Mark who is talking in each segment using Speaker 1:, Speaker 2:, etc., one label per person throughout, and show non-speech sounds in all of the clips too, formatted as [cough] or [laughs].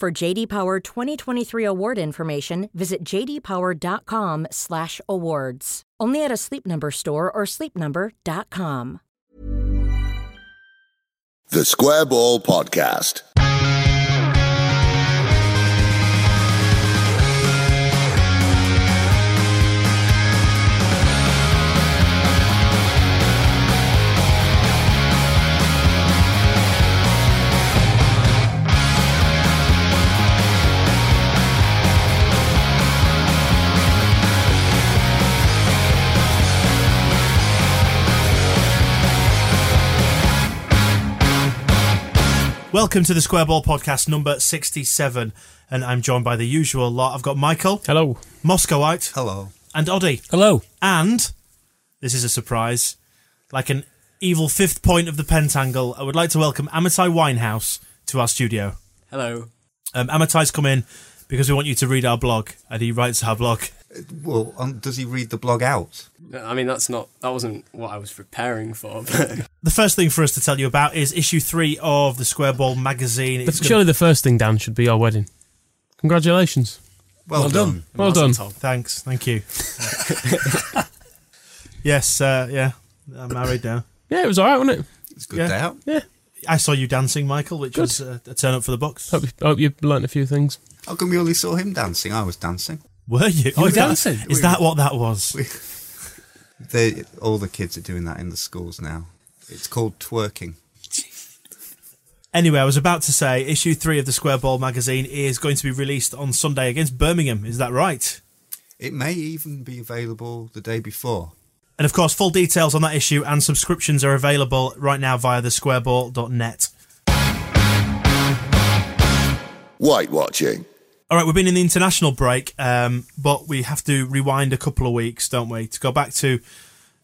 Speaker 1: For JD Power 2023 award information, visit jdpower.com/awards. Only at a Sleep Number store or sleepnumber.com.
Speaker 2: The Square Ball Podcast.
Speaker 3: Welcome to the Square Ball Podcast number 67, and I'm joined by the usual lot. I've got Michael,
Speaker 4: Hello.
Speaker 3: Moscowite,
Speaker 5: Hello.
Speaker 3: and Oddy.
Speaker 4: Hello.
Speaker 3: And, this is a surprise, like an evil fifth point of the pentangle, I would like to welcome Amitai Winehouse to our studio.
Speaker 6: Hello.
Speaker 3: Um, Amitai's come in because we want you to read our blog, and he writes our blog.
Speaker 5: Well, um, does he read the blog out?
Speaker 6: I mean, that's not that wasn't what I was preparing for. [laughs] But
Speaker 3: The first thing for us to tell you about is issue three of the Square Ball magazine.
Speaker 4: But
Speaker 3: It's gonna-
Speaker 4: surely the first thing, Dan, should be our wedding. Congratulations.
Speaker 5: Well, done.
Speaker 4: Well done.
Speaker 3: Thanks. Thank
Speaker 4: [laughs]
Speaker 3: you. [laughs] yes, uh, yeah. I'm married now.
Speaker 4: Yeah, it was all right, wasn't it?
Speaker 5: It's a good
Speaker 3: Yeah.
Speaker 5: day out.
Speaker 3: I saw you dancing, Michael, which
Speaker 4: Good.
Speaker 3: was uh, a turn up for the books.
Speaker 4: Hope you, hope you learnt a few things.
Speaker 5: How come we only saw him dancing? I was dancing.
Speaker 3: Were you?
Speaker 4: were
Speaker 3: is that-
Speaker 4: dancing?
Speaker 3: Is that what that was?
Speaker 5: [laughs] They, all the kids are doing that in the schools now. It's called twerking.
Speaker 3: Anyway, I was about to say issue three of the Square Ball magazine is going to be released on Sunday against Birmingham. Is that right?
Speaker 5: It may even be available the day before.
Speaker 3: And of course, full details on that issue and subscriptions are available right now via the squareball.net.
Speaker 2: White watching.
Speaker 3: All right, we've been in the international break, um, but we have to rewind a couple of weeks, don't we, to go back to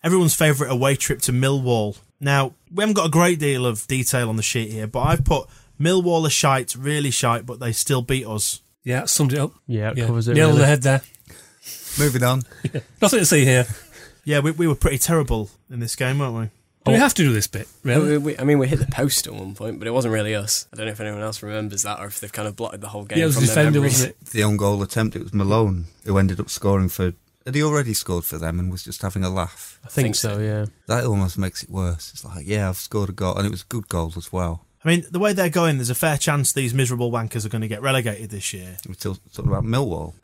Speaker 3: everyone's favourite away trip to Millwall. Now, we haven't got a great deal of detail on the sheet here, but I've put Millwall are shite, really shite, but they still beat us.
Speaker 7: Yeah, that summed it up.
Speaker 4: Yeah, it
Speaker 7: Yeah.
Speaker 4: covers it.
Speaker 7: Nail on
Speaker 4: really.
Speaker 7: the head there.
Speaker 5: Moving on.
Speaker 7: Nothing to see here.
Speaker 3: Yeah, we, we were pretty terrible in this game, weren't we?
Speaker 4: Oh,
Speaker 7: Do we have to do this bit? Really?
Speaker 6: we, we, I mean, we hit the post at one point, but it wasn't really us. I don't know if anyone else remembers that, or if they've kind of blotted the whole game
Speaker 7: yeah, it was a
Speaker 6: from their
Speaker 7: defender,
Speaker 6: memories.
Speaker 7: wasn't it?
Speaker 5: The own goal attempt, it was Malone who ended up scoring for. Had he already scored for them and was just having a laugh?
Speaker 4: I think,
Speaker 6: Think
Speaker 4: so,
Speaker 6: so.
Speaker 4: yeah.
Speaker 5: That almost makes it worse. It's like, yeah, I've scored a goal, and it was a good goal as well.
Speaker 3: I mean, the way they're going, there's a fair chance these miserable wankers are going to get relegated this year.
Speaker 5: We're still talking about Millwall.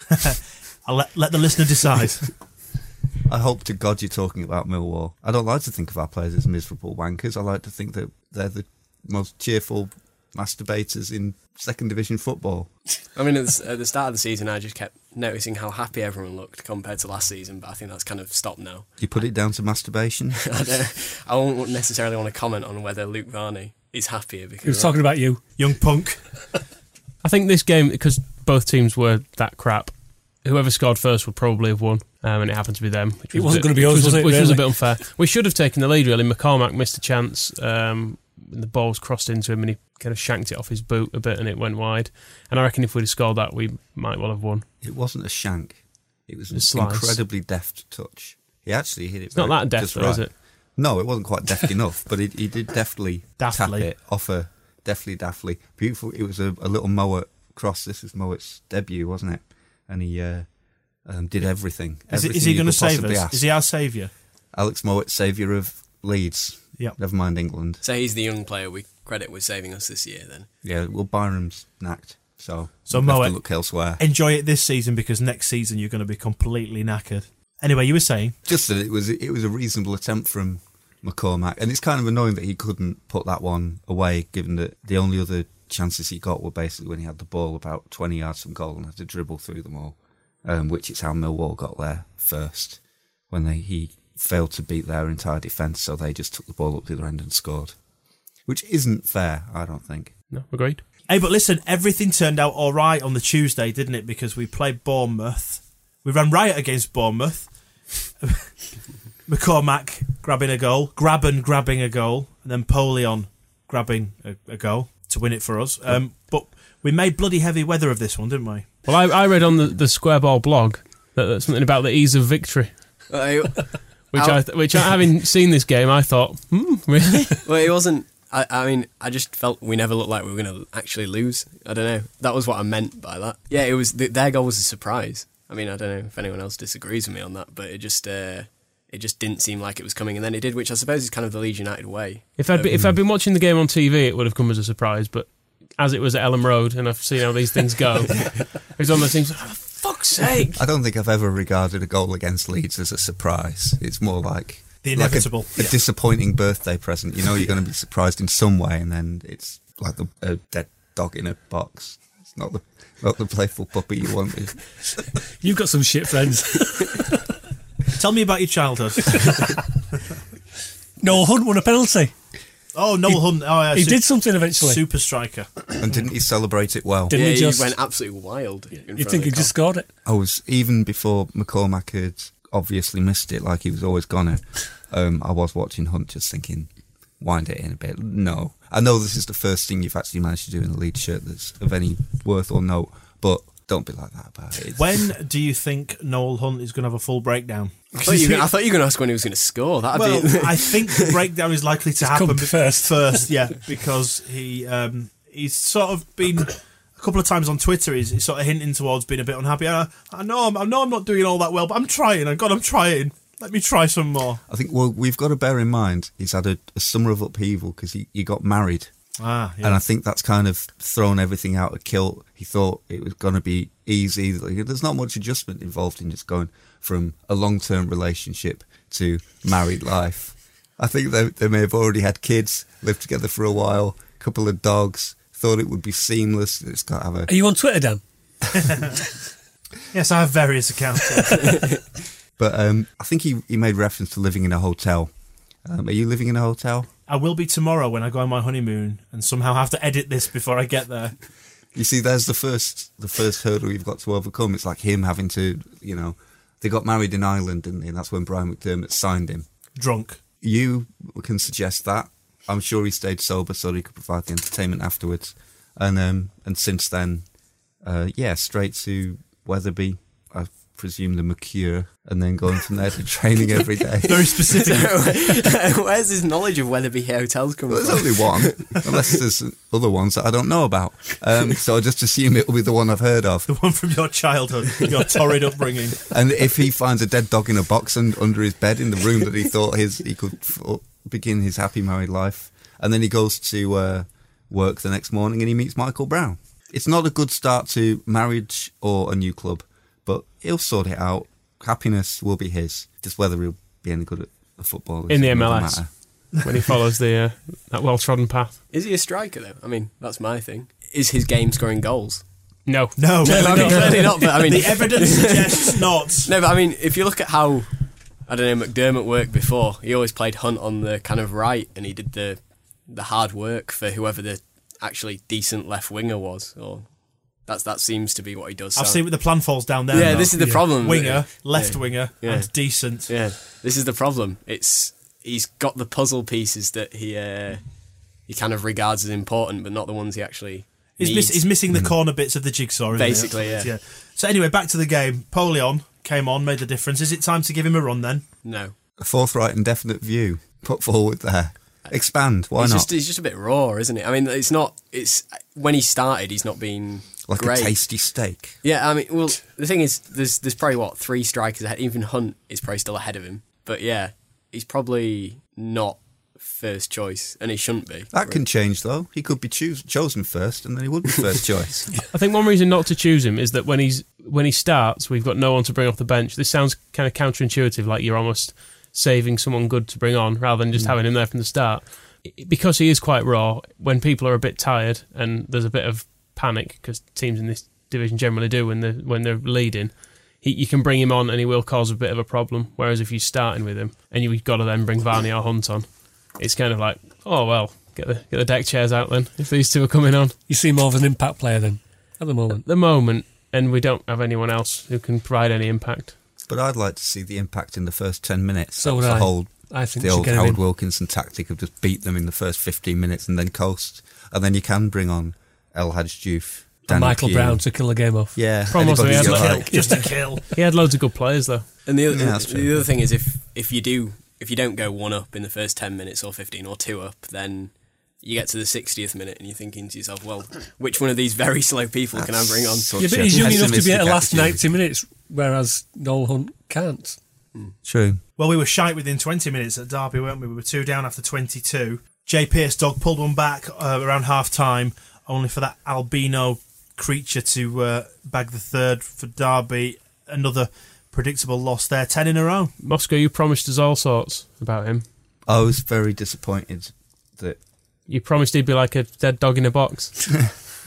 Speaker 3: I'll let, let the listener decide.
Speaker 5: [laughs] I hope to God you're talking about Millwall. I don't like to think of our players as miserable wankers. I like to think that they're the most cheerful masturbators in second division football.
Speaker 6: [laughs] I mean, at the, at the start of the season, I just kept noticing how happy everyone looked compared to last season, but I think that's kind of stopped now. [laughs]
Speaker 5: You put it down to masturbation?
Speaker 6: I, don't, I won't necessarily want to comment on whether Luke Varney is happier because
Speaker 7: He was talking about you.
Speaker 3: Young punk.
Speaker 4: I think this game, because both teams were that crap, whoever scored first would probably have won, um, and it happened to be them. Which
Speaker 7: It
Speaker 4: was a
Speaker 7: wasn't
Speaker 4: bit-
Speaker 7: gonna be us,
Speaker 4: which
Speaker 7: was
Speaker 4: a-
Speaker 7: it,
Speaker 4: Which was a
Speaker 7: really?
Speaker 4: bit unfair. We should have taken the lead, really. McCormack missed a chance. Um, and the ball was crossed into him, and he kind of shanked it off his boot a bit, and it went wide. And I reckon if we'd have scored that, we might well have won.
Speaker 5: It wasn't a shank. It was an
Speaker 4: A slice.
Speaker 5: incredibly deft touch. He actually hit it.
Speaker 4: It's not
Speaker 5: very-
Speaker 4: that deft,
Speaker 5: just
Speaker 4: though, is
Speaker 5: right.
Speaker 4: it?
Speaker 5: No, it wasn't quite deft enough, but it, he did deftly tap
Speaker 3: [laughs] Daftly.
Speaker 5: it off a deftly, daftly. Beautiful. It was a, a little Mowat cross. This is Mowat's debut, wasn't it? And he uh, um, did everything.
Speaker 3: Is, it,
Speaker 5: everything
Speaker 3: is he
Speaker 5: you
Speaker 3: going to
Speaker 5: could
Speaker 3: save
Speaker 5: possibly
Speaker 3: us?
Speaker 5: ask.
Speaker 3: Is he our saviour?
Speaker 5: Alex Mowat, saviour of Leeds.
Speaker 3: Yep.
Speaker 5: Never mind England.
Speaker 6: So he's the young player we credit with saving us this year, then.
Speaker 5: Yeah, well, Byram's knacked. So,
Speaker 3: So,
Speaker 5: we'll have
Speaker 3: Moet-
Speaker 5: to look elsewhere.
Speaker 3: Enjoy it this season because next season you're going to be completely knackered. Anyway, you were saying
Speaker 5: Just that it was it was a reasonable attempt from McCormack, and it's kind of annoying that he couldn't put that one away, given that the only other chances he got were basically when he had the ball about twenty yards from goal and had to dribble through them all, um, which is how Millwall got there first when they he failed to beat their entire defence, so they just took the ball up the other end and scored, which isn't fair, I don't think.
Speaker 4: No, agreed.
Speaker 3: Hey, but listen, everything turned out all right on the Tuesday, didn't it? Because we played Bournemouth. We ran riot against Bournemouth. [laughs] McCormack grabbing a goal, Graben grabbing a goal, and then Polion grabbing a, a goal to win it for us. Um, but we made bloody heavy weather of this one, didn't we?
Speaker 4: Well, I, I read on the, the Square Ball blog that, that something about the ease of victory,
Speaker 6: Well, it,
Speaker 4: which
Speaker 6: How-
Speaker 4: I th- which I, having seen this game, I thought, hmm, really?
Speaker 6: well, it wasn't. I, I mean, I just felt we never looked like we were going to actually lose. I don't know. That was what I meant by that. Yeah, it was. Th- their goal was a surprise. I mean, I don't know if anyone else disagrees with me on that, but it just uh, it just didn't seem like it was coming, and then it did, which I suppose is kind of the Leeds United way.
Speaker 4: If I'd be, if I'd been watching the game on TV, it would have come as a surprise. But as it was at Ellen Road, and I've seen how these things go, it was one of those things. "Oh,
Speaker 6: Fuck's [laughs] sake!
Speaker 5: I don't think I've ever regarded a goal against Leeds as a surprise. It's more like
Speaker 3: The
Speaker 5: like a-
Speaker 3: inevitable.
Speaker 5: a, disappointing birthday present. You know, you're going to be surprised in some way, and then it's like the, a dead dog in a box. It's not the not the playful puppy you wanted.
Speaker 7: You've got some shit friends.
Speaker 3: Tell me about your childhood.
Speaker 7: [laughs] Noel Hunt won a penalty.
Speaker 3: oh, Noel Hunt. Oh, yeah,
Speaker 7: He
Speaker 3: su-
Speaker 7: did something eventually.
Speaker 3: Super striker.
Speaker 5: And didn't he celebrate it well?
Speaker 7: Didn't
Speaker 6: yeah,
Speaker 7: he just?
Speaker 6: went absolutely wild. in front
Speaker 7: You'd
Speaker 6: of
Speaker 7: think
Speaker 6: the
Speaker 7: he just
Speaker 6: goal.
Speaker 7: scored it.
Speaker 5: I was even before McCormack had obviously missed it, like he was always gonna. Um, I was watching Hunt, just thinking, wind it in a bit. No, I know this is the first thing you've actually managed to do in a lead shirt that's of any worth or note, but don't be like that about it. It's-
Speaker 3: When do you think Noel Hunt is going to have a full breakdown?
Speaker 6: I thought you were
Speaker 7: [laughs]
Speaker 6: gonna- I thought you were going to ask when he was going to score. That'd
Speaker 3: Well,
Speaker 6: [laughs] be.
Speaker 3: I think the breakdown is likely to happen
Speaker 7: come
Speaker 3: be-
Speaker 7: first.
Speaker 3: First, yeah, because he um, he's sort of been a couple of times on Twitter. He's, he's sort of hinting towards being a bit unhappy. I, I know, I'm, I know, I'm not doing all that well, but I'm trying. I God, I'm trying. Let me try some more.
Speaker 5: I think well, we've got to bear in mind he's had a, a summer of upheaval because he, he got married,
Speaker 3: Ah,
Speaker 5: and I think that's kind of thrown everything out of kilt. He thought it was going to be easy. Like, There's not much adjustment involved in just going from a long term relationship to married life. I think they they may have already had kids, lived together for a while, couple of dogs. Thought it would be seamless. It's got to have a
Speaker 7: Are you on Twitter, Dan?
Speaker 3: yes, I have various accounts.
Speaker 5: But um, I think he he made reference to living in a hotel. Um, are you living in a hotel?
Speaker 3: I will be tomorrow when I go on my honeymoon, and somehow have to edit this before I get there.
Speaker 5: You see, there's the first the first hurdle you've got to overcome. It's like him having to, you know, they got married in Ireland, didn't they? And that's when Brian McDermott signed him.
Speaker 3: Drunk.
Speaker 5: You can suggest that. I'm sure he stayed sober so he could provide the entertainment afterwards. And um, and since then, uh, yeah, straight to Weatherby, I presume the Mercure, and then going from there to training every day.
Speaker 3: Very specific.
Speaker 6: [laughs] [laughs] Where's his knowledge of Weatherby hotels coming
Speaker 5: Well,
Speaker 6: from?
Speaker 5: there's only one, unless there's other ones that I don't know about. Um, so I just assume it will be the one I've heard of.
Speaker 3: the one from your childhood, your torrid
Speaker 6: [laughs]
Speaker 3: upbringing.
Speaker 5: And if he finds a dead dog in a box and under his bed in the room that he thought his he could f- begin his happy married life, and then he goes to uh, work the next morning and he meets Michael Brown. It's not a good start to marriage or a new club, but he'll sort it out. Happiness will be his. Just whether he'll be any good at football is
Speaker 4: In the
Speaker 5: another
Speaker 4: MLS.
Speaker 5: matter.
Speaker 4: when he follows the uh, that well trodden path.
Speaker 6: Is he a striker though? I mean, that's my thing. Is his game scoring goals?
Speaker 4: No,
Speaker 3: No,
Speaker 6: Okay, clearly not. But
Speaker 7: [laughs]
Speaker 6: I mean,
Speaker 3: the evidence suggests not.
Speaker 6: No, but I mean, if you look at how I don't know McDermott worked before, he always played Hunt on the kind of right, and he did the the hard work for whoever the actually decent left winger was. Or that's that seems to be what he does.
Speaker 3: I've
Speaker 6: so-
Speaker 3: seen what the plan falls down there.
Speaker 6: Yeah,
Speaker 3: though.
Speaker 6: this is the problem.
Speaker 3: Winger,
Speaker 6: Yeah.
Speaker 3: left
Speaker 6: Yeah.
Speaker 3: winger,
Speaker 6: Yeah.
Speaker 3: and decent.
Speaker 6: Yeah, this is the problem. It's he's got the puzzle pieces that he uh, he kind of regards as important, but not the ones he actually.
Speaker 3: He's, miss,
Speaker 6: needs. Mm.
Speaker 3: he's missing the corner bits of the jigsaw. Isn't he?
Speaker 6: Basically,
Speaker 3: That's-
Speaker 6: yeah.
Speaker 3: So anyway, back to the game. Polion came on, made the difference. Is it time to give him a run then?
Speaker 6: no.
Speaker 5: A forthright and definite view put forward there. Expand. Why
Speaker 6: he's
Speaker 5: not?
Speaker 6: Just, he's just a bit raw, isn't it? I mean, it's not. It's when he started, he's not been
Speaker 5: like
Speaker 6: great.
Speaker 5: a tasty steak.
Speaker 6: Yeah, I mean, well, the thing is, there's there's probably what three strikers ahead. Even Hunt is probably still ahead of him. But yeah, he's probably not first choice, and he shouldn't be.
Speaker 5: That can change though. He could be choos- chosen first, and then he would be
Speaker 6: [laughs]
Speaker 5: first choice.
Speaker 4: I think one reason not to choose him is that when he's when he starts, we've got no one to bring off the bench. This sounds kind of counterintuitive, like you're almost saving someone good to bring on rather than just having him there from the start. I- Because he is quite raw, when people are a bit tired and there's a bit of panic, because teams in this division generally do when they're when they're leading, he, you can bring him on and he will cause a bit of a problem. Whereas if you're starting with him and you've got to then bring Varney or Hunt on, it's kind of like, oh well, get the get the deck chairs out then if these two are coming on
Speaker 7: You see more of an impact player then at the moment.
Speaker 4: the moment, and we don't have anyone else who can provide any impact.
Speaker 5: but I'd like to see the impact in the first ten minutes.
Speaker 7: So
Speaker 5: That was
Speaker 7: would
Speaker 5: the
Speaker 7: I.
Speaker 5: whole
Speaker 7: I think
Speaker 5: the
Speaker 7: you should
Speaker 5: old
Speaker 7: get him
Speaker 5: Howard
Speaker 7: in.
Speaker 5: Wilkinson tactic of just beat them in the first fifteen minutes and then coast, and then you can bring on El Hadj Diouf,
Speaker 7: And
Speaker 5: Danny
Speaker 7: Michael
Speaker 5: Pugh.
Speaker 7: Brown to kill a game off.
Speaker 5: Yeah,
Speaker 4: Promos
Speaker 5: anybody
Speaker 4: we had
Speaker 5: you
Speaker 4: left.
Speaker 5: like.
Speaker 3: Just a kill.
Speaker 4: He had loads of good players though.
Speaker 6: And the other,
Speaker 5: Yeah, that's
Speaker 6: the
Speaker 5: true.
Speaker 6: other thing is if if you do if you don't go one up in the first ten minutes or fifteen or two up, then you get to the sixtieth minute and you're thinking to yourself, well, which one of these very [laughs] slow people can I
Speaker 5: That's
Speaker 6: bring on?
Speaker 5: such
Speaker 7: Yeah, but
Speaker 5: a
Speaker 7: he's young enough to be at the
Speaker 5: pessimistic
Speaker 7: last
Speaker 5: attitude.
Speaker 7: 90 minutes, whereas Noel Hunt can't.
Speaker 5: True.
Speaker 3: Well, we were shite within 20 minutes at Derby, weren't we? We were two down after 22. Jay Pierce dog pulled one back uh, around half time, only for that albino creature to uh, bag the third for Derby. Another predictable loss there, 10 in a row.
Speaker 4: Moscow, you promised us all sorts about him.
Speaker 5: I was very disappointed that
Speaker 4: You promised he'd be like a dead dog in a box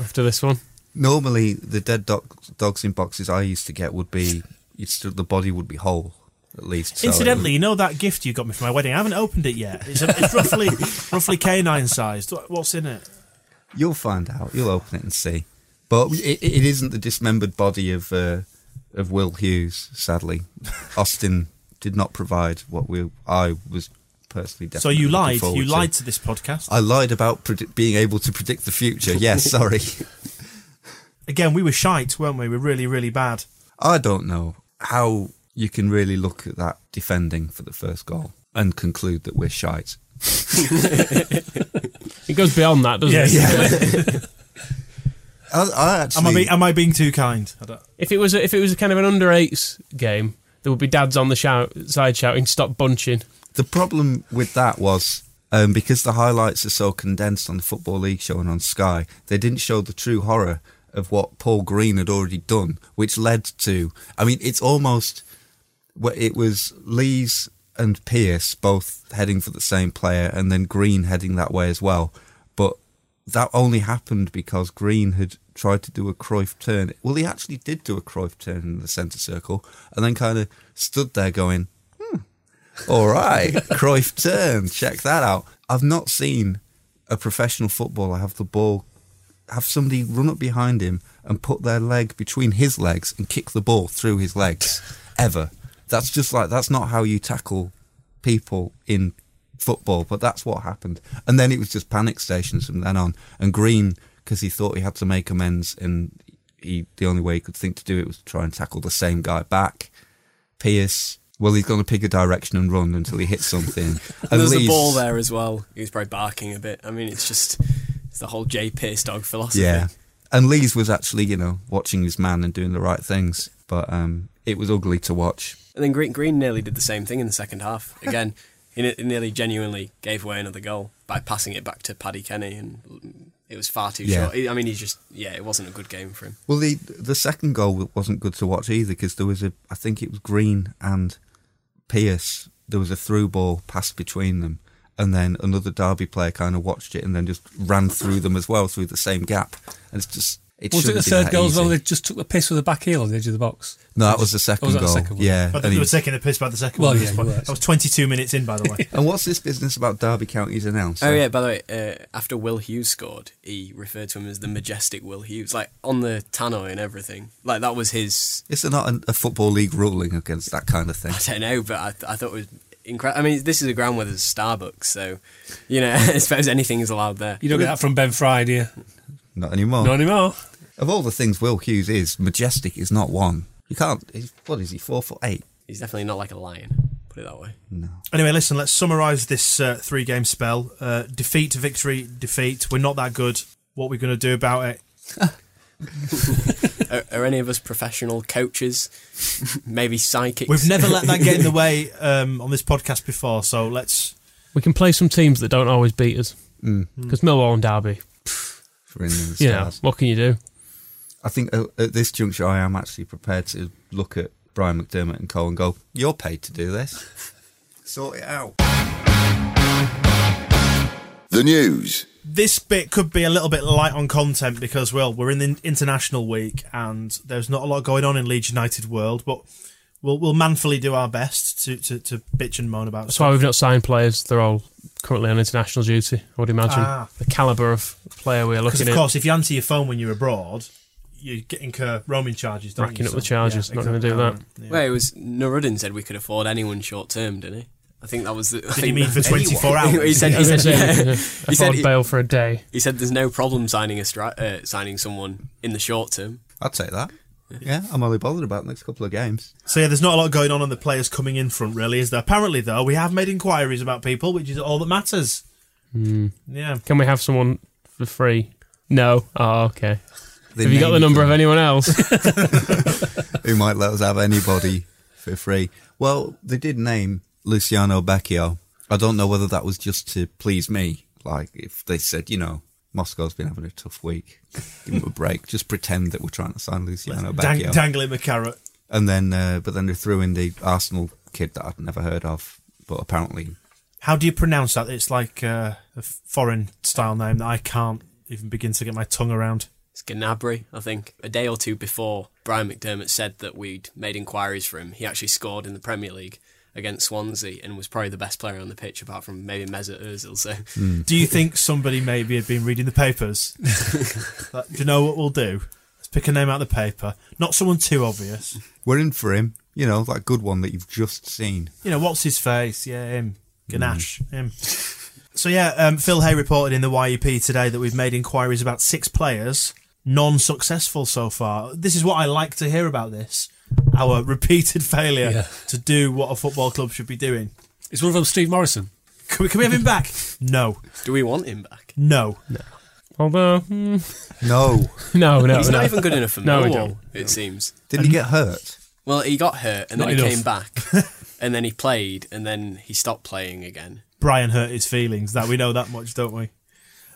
Speaker 4: after this one.
Speaker 5: normally the dead dog, dogs in boxes I used to get would be you'd still, the body would be whole at least. So um, it
Speaker 3: Incidentally,
Speaker 5: would-
Speaker 3: you know that gift you got me for my wedding? I haven't opened it yet. It's, a,
Speaker 5: [laughs]
Speaker 3: it's roughly roughly canine sized. What- What's in it?
Speaker 5: you'll find out. You'll open it and see. But it, it isn't the dismembered body of uh, of Will Hughes.
Speaker 3: [laughs]
Speaker 5: Sadly, Austin did not provide what we I was personally.
Speaker 3: So
Speaker 5: Definitely
Speaker 3: you
Speaker 5: looking
Speaker 3: lied.
Speaker 5: forward
Speaker 3: You
Speaker 5: to.
Speaker 3: lied to this podcast.
Speaker 5: I lied about predi- being able to predict the future. Yes,
Speaker 3: [laughs]
Speaker 5: sorry.
Speaker 3: Again, we were shite, weren't we? We were really, really bad.
Speaker 5: I don't know how you can really look at that defending for the first goal and conclude that we're shite.
Speaker 4: It goes beyond that, doesn't
Speaker 7: Yeah,
Speaker 4: it?
Speaker 5: I, I actually,
Speaker 3: Am I, be, am I being too kind? I don't,
Speaker 4: If it was a, if it was a kind of an under eights game, there would be dads on the shout, side shouting, "Stop bunching."
Speaker 5: the problem with that was um, because the highlights are so condensed on the Football League show and on Sky, they didn't show the true horror of what Paul Green had already done, which led to. I mean, it's almost. well, It was Lees and Pierce both heading for the same player, and then Green heading that way as well. But that only happened because Green had tried to do a Cruyff turn. Well, he actually did do a Cruyff turn in the centre circle, and then kind of stood there going, all right, Cruyff turn. Check that out. I've not seen a professional footballer have the ball, have somebody run up behind him and put their leg between his legs and kick the ball through his legs ever. That's just like that's not how you tackle people in football, but that's what happened. And then it was just panic stations from then on. And Green, because he thought he had to make amends, and he the only way he could think to do it was to try and tackle the same guy back. Pierce. Well, he's going to pick a direction and run until he hits something.
Speaker 6: And [laughs] there's
Speaker 5: Lees-
Speaker 6: a ball there as well. He was probably barking a bit. I mean, it's just it's the whole Jay Pierce dog philosophy.
Speaker 5: Yeah. And Lees was actually, you know, watching his man and doing the right things. But um, it was ugly to watch.
Speaker 6: And then Green Green nearly did the same thing in the second
Speaker 7: [laughs]
Speaker 6: half. Again, he ne- nearly genuinely gave away another goal by passing it back to Paddy Kenny, and it was far too
Speaker 5: Yeah.
Speaker 6: short. He- I mean, he's just yeah, it wasn't a good game for him.
Speaker 5: Well, the the second goal wasn't good to watch either because there was a, I think it was Green and Pierce. There was a through ball passed between them, and then another Derby player kind of watched it and then just ran through them as well through the same gap. And it's just it
Speaker 7: Was it
Speaker 5: shouldn't
Speaker 7: the
Speaker 5: be
Speaker 7: third
Speaker 5: that
Speaker 7: goal as
Speaker 5: easy.
Speaker 7: well? They just took the piss with the back heel on the edge of the box.
Speaker 5: No, that was the second
Speaker 7: Oh, was that the
Speaker 5: goal.
Speaker 7: second one?
Speaker 5: Yeah,
Speaker 3: But
Speaker 5: and
Speaker 3: they
Speaker 5: he-
Speaker 3: were taken a piss by the second
Speaker 7: Well,
Speaker 3: one. at
Speaker 7: yeah,
Speaker 3: this point.
Speaker 7: you were.
Speaker 3: That was 22 minutes in, by the
Speaker 7: [laughs]
Speaker 3: way.
Speaker 5: And what's this business about Derby County's announcer?
Speaker 6: Oh yeah, by the way, uh, after Will Hughes scored, he referred to him as the majestic Will Hughes, like on the tannoy and everything. Like that was his. [laughs]
Speaker 5: Is there not an, a football league ruling against that kind of thing?
Speaker 6: I don't know, but I, th- I thought it was incredible. I mean, this is a ground where there's Starbucks, so you know, [laughs] I suppose anything is allowed there.
Speaker 7: You don't get that from Ben Fry, do you?
Speaker 5: Not anymore.
Speaker 7: Not anymore.
Speaker 5: of all the things Will Hughes is, majestic is not one. You can't. He's, what is he? Four foot eight.
Speaker 6: He's definitely not like a lion. Put it that way.
Speaker 3: Anyway, listen, let's summarise this uh, three game spell. Uh, defeat, victory, defeat. We're not that good. What are we going to do about it?
Speaker 6: Are, are any of us
Speaker 4: [laughs]
Speaker 6: professional coaches? Maybe psychics.
Speaker 3: We've never let that get in the way um, on this podcast before, so let's
Speaker 4: We can play some teams that don't always beat us
Speaker 5: Mm,
Speaker 4: because Millwall and Derby.
Speaker 5: for in the stars.
Speaker 4: You know what can you do?
Speaker 5: I think uh, at this juncture, I am actually prepared to look at Brian McDermott and Cole and go, "You're paid to do this. [laughs] Sort it out."
Speaker 2: The news.
Speaker 3: this bit could be a little bit light on content because well we're in the international week and there's not a lot going on in Leeds United world but we'll we'll manfully do our best to to, to bitch and moan about
Speaker 4: That's
Speaker 3: stuff.
Speaker 4: why we've not signed players. They're all currently on international duty. I would imagine
Speaker 3: Ah.
Speaker 4: the caliber of player we're
Speaker 3: because
Speaker 4: looking
Speaker 3: of
Speaker 4: at,
Speaker 3: course if you answer your phone when you're abroad you get incur roaming charges don't
Speaker 4: Racking
Speaker 3: you,
Speaker 4: up the charges, not gonna do
Speaker 3: exactly. Yeah.
Speaker 6: Well, it was Nuruddin said we could afford anyone short term, didn't he? I think that was the. I
Speaker 3: he
Speaker 6: think
Speaker 3: mean for
Speaker 6: that-
Speaker 3: 24 hours?
Speaker 6: [laughs] he said.
Speaker 4: I
Speaker 6: He
Speaker 4: was gonna
Speaker 6: said,
Speaker 4: say, we can, uh,
Speaker 6: He said
Speaker 4: afford
Speaker 6: he-
Speaker 4: bail for a day.
Speaker 6: he said there's no problem signing a stri- uh, signing someone in the short term.
Speaker 5: I'd take that. Yeah, I'm only bothered about the next couple of games.
Speaker 3: so yeah there's not a lot going on on the players coming in front really is there apparently though we have made inquiries about people which is all that matters
Speaker 4: Hmm.
Speaker 3: yeah
Speaker 4: Can we have someone for free? No. Oh, okay.
Speaker 5: They
Speaker 4: have you got the
Speaker 5: named
Speaker 4: number
Speaker 5: them.
Speaker 4: of anyone else?
Speaker 5: who might let us have anybody for free. Well, they did name Luciano Becchio. I don't know whether that was just to please me. Like, if they said, you know, Moscow's been having a tough week, [laughs] give him a break, just pretend that we're trying to sign Luciano
Speaker 3: Dang,
Speaker 5: Becchio.
Speaker 3: dangling the carrot
Speaker 5: And then, uh, but then they threw in the Arsenal kid that I'd never heard of, but apparently,
Speaker 3: How do you pronounce that? It's like uh, a f- foreign style name that I can't even begin to get my tongue around.
Speaker 6: It's Gnabry, I think. A day or two before Brian McDermott said that we'd made inquiries for him, he actually scored in the Premier League against Swansea and was probably the best player on the pitch apart from maybe Mesut Ozil. So
Speaker 4: Hmm.
Speaker 3: Do you think somebody maybe had been reading the papers? Like, do you know what we'll do? Let's pick a name out of the paper. Not someone too obvious.
Speaker 5: we're in for him. You know, that good one that you've just seen.
Speaker 3: You know, what's his face? Yeah, him. Ganache. Him. [laughs] So, yeah, um, Phil Hay reported in the YEP today that we've made inquiries about six players, non successful so far. This is what I like to hear about this our [laughs] repeated failure
Speaker 7: Yeah.
Speaker 3: to do what a football club should be doing.
Speaker 7: Is one of them Steve Morrison?
Speaker 3: Can we, can we have him back? No,
Speaker 6: do we want him back?
Speaker 3: no.
Speaker 4: Although, hmm,
Speaker 5: No.
Speaker 4: no, no,
Speaker 6: He's
Speaker 4: no.
Speaker 6: not even good enough
Speaker 4: [laughs]
Speaker 6: for
Speaker 4: No, we
Speaker 6: Millwall,
Speaker 4: don't.
Speaker 6: it seems.
Speaker 5: Didn't he get hurt?
Speaker 6: Well, he got hurt and
Speaker 7: Not
Speaker 6: then he
Speaker 7: enough.
Speaker 6: came back
Speaker 4: [laughs]
Speaker 6: and then he played and then he stopped playing again.
Speaker 3: Brian hurt his feelings. That we know that much, don't we?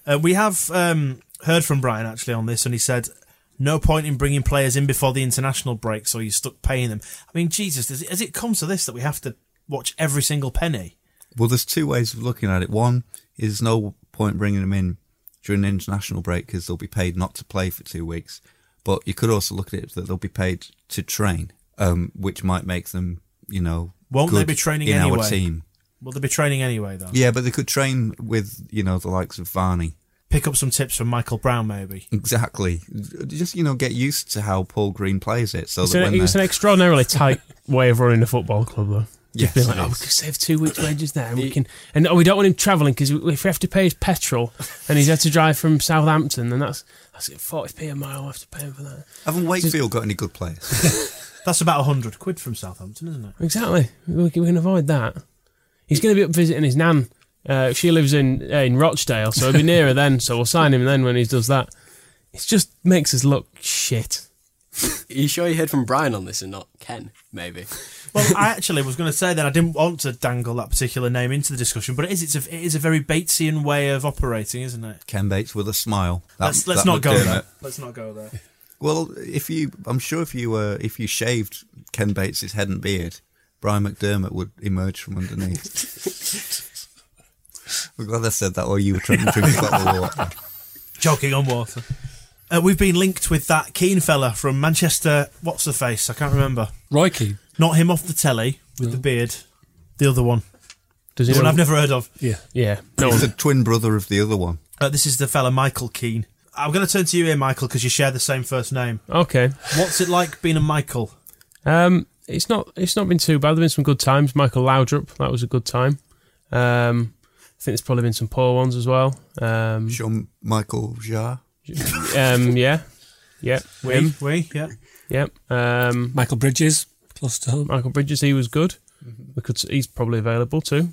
Speaker 3: Uh, we have um, heard from Brian actually on this, and he said no point in bringing players in before the international break, so you're stuck paying them. I mean, Jesus, does it, has it come to this that we have to watch every single penny?
Speaker 5: Well, there's two ways of looking at it. One is no point bringing them in during the international break because they'll be paid not to play for two weeks. But you could also look at it that they'll be paid to train, um, which might make them, you know,
Speaker 3: Won't they
Speaker 5: good
Speaker 3: be training
Speaker 5: in
Speaker 3: anyway?
Speaker 5: our team?
Speaker 3: Will they be training anyway though?
Speaker 5: Yeah, but they could train with, you know, the likes of Varney.
Speaker 3: Pick up some tips from Michael Brown, maybe.
Speaker 5: Exactly. Just you know, get used to how Paul Green plays it. So
Speaker 4: It's
Speaker 5: that
Speaker 4: an,
Speaker 5: when
Speaker 4: it's an
Speaker 5: they're-
Speaker 4: extraordinarily tight way of running a football club, though.
Speaker 5: Yes,
Speaker 4: Being like,
Speaker 5: it
Speaker 4: oh, we
Speaker 5: is.
Speaker 4: can save two weeks' wages there, and we
Speaker 6: He-
Speaker 4: can, and oh, we don't want him travelling because if we have to pay his petrol, and he's had to drive from Southampton, then that's that's forty p a mile. We have to pay him for that.
Speaker 5: haven't Wakefield got any good players?
Speaker 3: That's about hundred quid from Southampton, isn't it?
Speaker 4: Exactly, we can, we can avoid that. He's going to be up visiting his nan. Uh, she lives in uh, in Rochdale, so he'll be nearer then. So we'll sign him then when he does that. It just makes us look shit.
Speaker 6: Are you sure you heard from Brian on this and not Ken, maybe?
Speaker 3: Well, [laughs] I actually was going to say that I didn't want to dangle that particular name into the discussion, but it is it's a, it is a very Batesian way of operating, isn't it?
Speaker 5: Ken Bates with a smile. That-
Speaker 3: let's let's
Speaker 5: that
Speaker 3: not go
Speaker 5: McDermott.
Speaker 3: there. Let's not go there.
Speaker 5: Well, if you, I'm sure if you uh, if you shaved Ken Bates's head and beard, Brian McDermott would emerge from underneath. I'm glad I said that while you were trying to drink a bottle of water.
Speaker 3: Joking on water. Uh, we've been linked with that Keane fella from Manchester. What's the face? I can't remember.
Speaker 7: Roy Keane?
Speaker 3: Not him off the telly with the beard. The other one.
Speaker 4: Does
Speaker 3: The
Speaker 4: he?
Speaker 3: one
Speaker 4: know-
Speaker 3: I've never heard of.
Speaker 7: Yeah.
Speaker 4: yeah, no
Speaker 5: It's
Speaker 4: one.
Speaker 5: the twin brother of the other one.
Speaker 3: Uh, this is the fella Michael Keane. I'm going to turn to you here, Michael, because you share the same first name.
Speaker 4: Okay.
Speaker 3: What's it like being a Michael?
Speaker 4: Um, it's not it's not been too bad. There've been some good times. Michael Laudrup, that was a good time. Um, I think there's probably been some poor ones as well. Um,
Speaker 5: Jean Michael Jarre.
Speaker 4: um yeah, yeah, him,
Speaker 3: we, yeah.
Speaker 4: yeah. Um,
Speaker 7: Michael Bridges, close to home.
Speaker 4: Michael Bridges, he was good.
Speaker 3: Mm-hmm.
Speaker 4: We could, he's probably available too.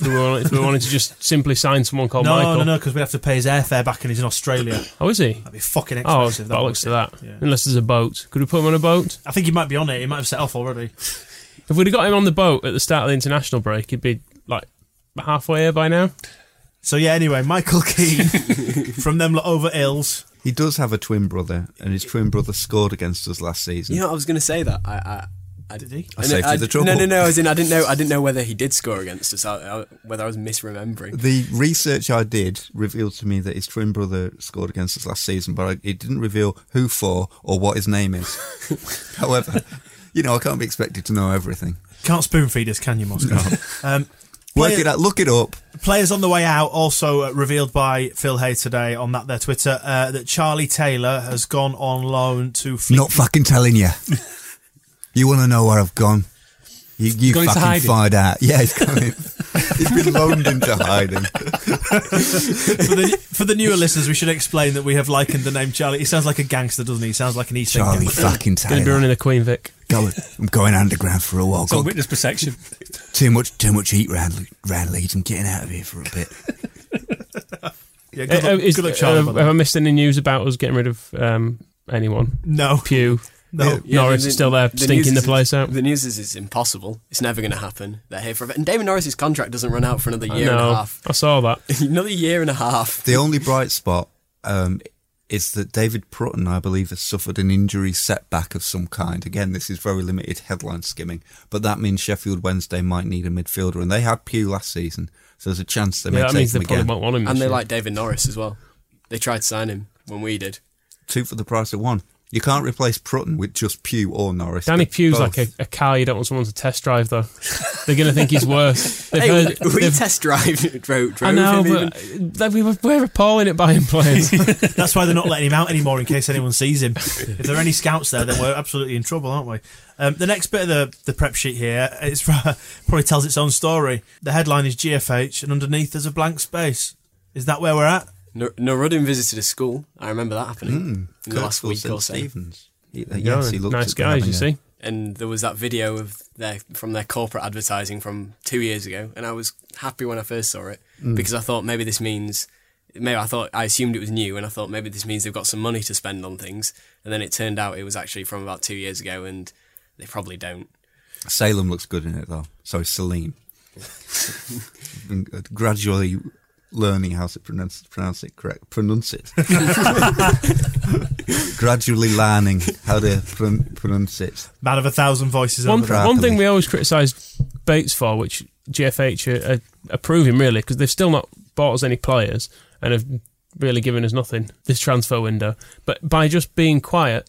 Speaker 4: If we, wanted, if we wanted to just simply sign someone called
Speaker 3: no,
Speaker 4: Michael,
Speaker 3: no, no, because we have to pay his airfare back, and he's in Australia.
Speaker 4: oh, is he?
Speaker 3: That'd be fucking
Speaker 4: Oh,
Speaker 3: expensive. that
Speaker 4: bollocks to
Speaker 3: would.
Speaker 4: that.
Speaker 3: Yeah.
Speaker 4: Unless there's a boat, could we put him on a boat?
Speaker 3: I think he might be on it. He might have set off already.
Speaker 4: If we'd have got him on the boat at the start of the international break, he'd be like halfway here by now.
Speaker 3: So yeah, anyway, Michael Keane from them lot over ills.
Speaker 5: He does have a twin brother, and his twin brother scored against us last season.
Speaker 6: You know, I was going to say that. I, I, I did
Speaker 3: he?
Speaker 5: I saved you the trouble.
Speaker 6: No, no, no. As in, I didn't know. I didn't know whether he did score against us. I, I, whether I was misremembering.
Speaker 5: The research I did revealed to me that his twin brother scored against us last season, but I, it didn't reveal who for or what his name is. However, you know, I can't be expected to know everything.
Speaker 3: Can't spoon feed us, can you, Moscow? Um,
Speaker 5: Work
Speaker 3: Player-
Speaker 5: it out, look it up.
Speaker 3: Players on the way out also uh, revealed by Phil Hay today on that their Twitter uh, that Charlie Taylor has gone on loan to Fleet.
Speaker 5: Not fucking telling
Speaker 7: [laughs]
Speaker 5: you. You want to know where I've gone? You, you
Speaker 7: going to
Speaker 5: fucking
Speaker 7: hiding.
Speaker 5: find out. Yeah, he's coming. [laughs] he's been loaned into
Speaker 7: [laughs]
Speaker 5: hiding.
Speaker 3: for, the, for the newer listeners, we should explain that we have likened the name Charlie. He sounds like a gangster, doesn't he? He sounds like an East End
Speaker 5: Charlie
Speaker 3: gangster.
Speaker 5: fucking
Speaker 4: Going to be
Speaker 5: Taylor.
Speaker 4: running the Queen Vic.
Speaker 5: Go, I'm going underground for a while.
Speaker 7: It's on
Speaker 5: Got
Speaker 7: witness
Speaker 5: [laughs]
Speaker 7: protection.
Speaker 5: too much, too much heat round, round Leeds. I'm getting out of here for a bit.
Speaker 3: Yeah, good,
Speaker 4: Uh,
Speaker 3: luck,
Speaker 4: uh, is-
Speaker 3: good luck, Charlie.
Speaker 4: uh,
Speaker 3: by the
Speaker 4: have I
Speaker 3: way.
Speaker 4: missed any news about us getting rid of um, anyone?
Speaker 3: no,
Speaker 4: Pew.
Speaker 3: no.
Speaker 6: Yeah,
Speaker 4: Norris is still there,
Speaker 6: news
Speaker 4: stinking the
Speaker 6: is-
Speaker 4: place out.
Speaker 6: The news is it's impossible. It's never going to happen. They're here forever. And David Norris's contract doesn't run out for another year and a
Speaker 4: no,
Speaker 6: half. [laughs]
Speaker 4: I saw that.
Speaker 6: another year and a half.
Speaker 5: The only bright spot um, is that David Prutton, I believe, has suffered an injury setback of some kind. Again, this is very limited headline skimming, but that means Sheffield Wednesday might need a midfielder, and they had Pew last season, so there's a chance they may
Speaker 4: Yeah, that
Speaker 5: take
Speaker 4: means they
Speaker 5: him
Speaker 4: probably
Speaker 5: again.
Speaker 4: won't want him.
Speaker 6: And
Speaker 4: this
Speaker 6: they
Speaker 4: year.
Speaker 6: like David Norris as well. They tried to sign him when we did.
Speaker 5: Two for the price of one. You can't replace Prutton with just Pew or Norris.
Speaker 4: Danny
Speaker 5: They're
Speaker 4: Pugh's
Speaker 5: both-
Speaker 4: like a, a car you don't want someone to test drive though. [laughs] They're gonna think he's
Speaker 6: [laughs]
Speaker 4: worse. They've
Speaker 6: Hey,
Speaker 4: heard-
Speaker 6: we we
Speaker 4: they've-
Speaker 6: test drive [laughs] drove, drove
Speaker 4: I know,
Speaker 6: him even.
Speaker 4: but that we were, we're appalling at buying
Speaker 6: [laughs]
Speaker 4: players.
Speaker 3: That's why they're not letting him out anymore in case anyone sees him. If there are any scouts there, then we're absolutely in trouble, aren't we? Um, the next bit of the, the prep sheet here it's [laughs] probably tells its own story. The headline is GFH, and underneath there's a blank space. Is that where we're at?
Speaker 6: Nur- Nuruddin visited a school. I remember that happening in the last
Speaker 5: Kirkwood
Speaker 6: week
Speaker 5: and
Speaker 6: or so.
Speaker 5: Stevens. He-
Speaker 4: Yeah,
Speaker 5: yes, he looked
Speaker 4: nice
Speaker 5: at them
Speaker 4: guys,
Speaker 5: having
Speaker 4: you
Speaker 5: a-
Speaker 4: see.
Speaker 6: And there was that video of their from their corporate advertising from two years ago, and I was happy when I first saw it because I thought maybe this means. Maybe I thought I assumed it was new, and I thought maybe this means they've got some money to spend on things. And then it turned out it was actually from about two years ago, and they probably don't.
Speaker 5: Salem looks good in it though. Sorry, Salim. Been gradually learning how to pronounce pronounce it correct. Pronounce it. gradually learning how to pron- pronounce it.
Speaker 3: Man of a thousand voices.
Speaker 4: One,
Speaker 3: over there.
Speaker 5: Properly.
Speaker 4: one thing we always criticised Bates for, which GFH are, are approving really, because they've still not bought us any players and have really given us nothing this transfer window. But by just being quiet,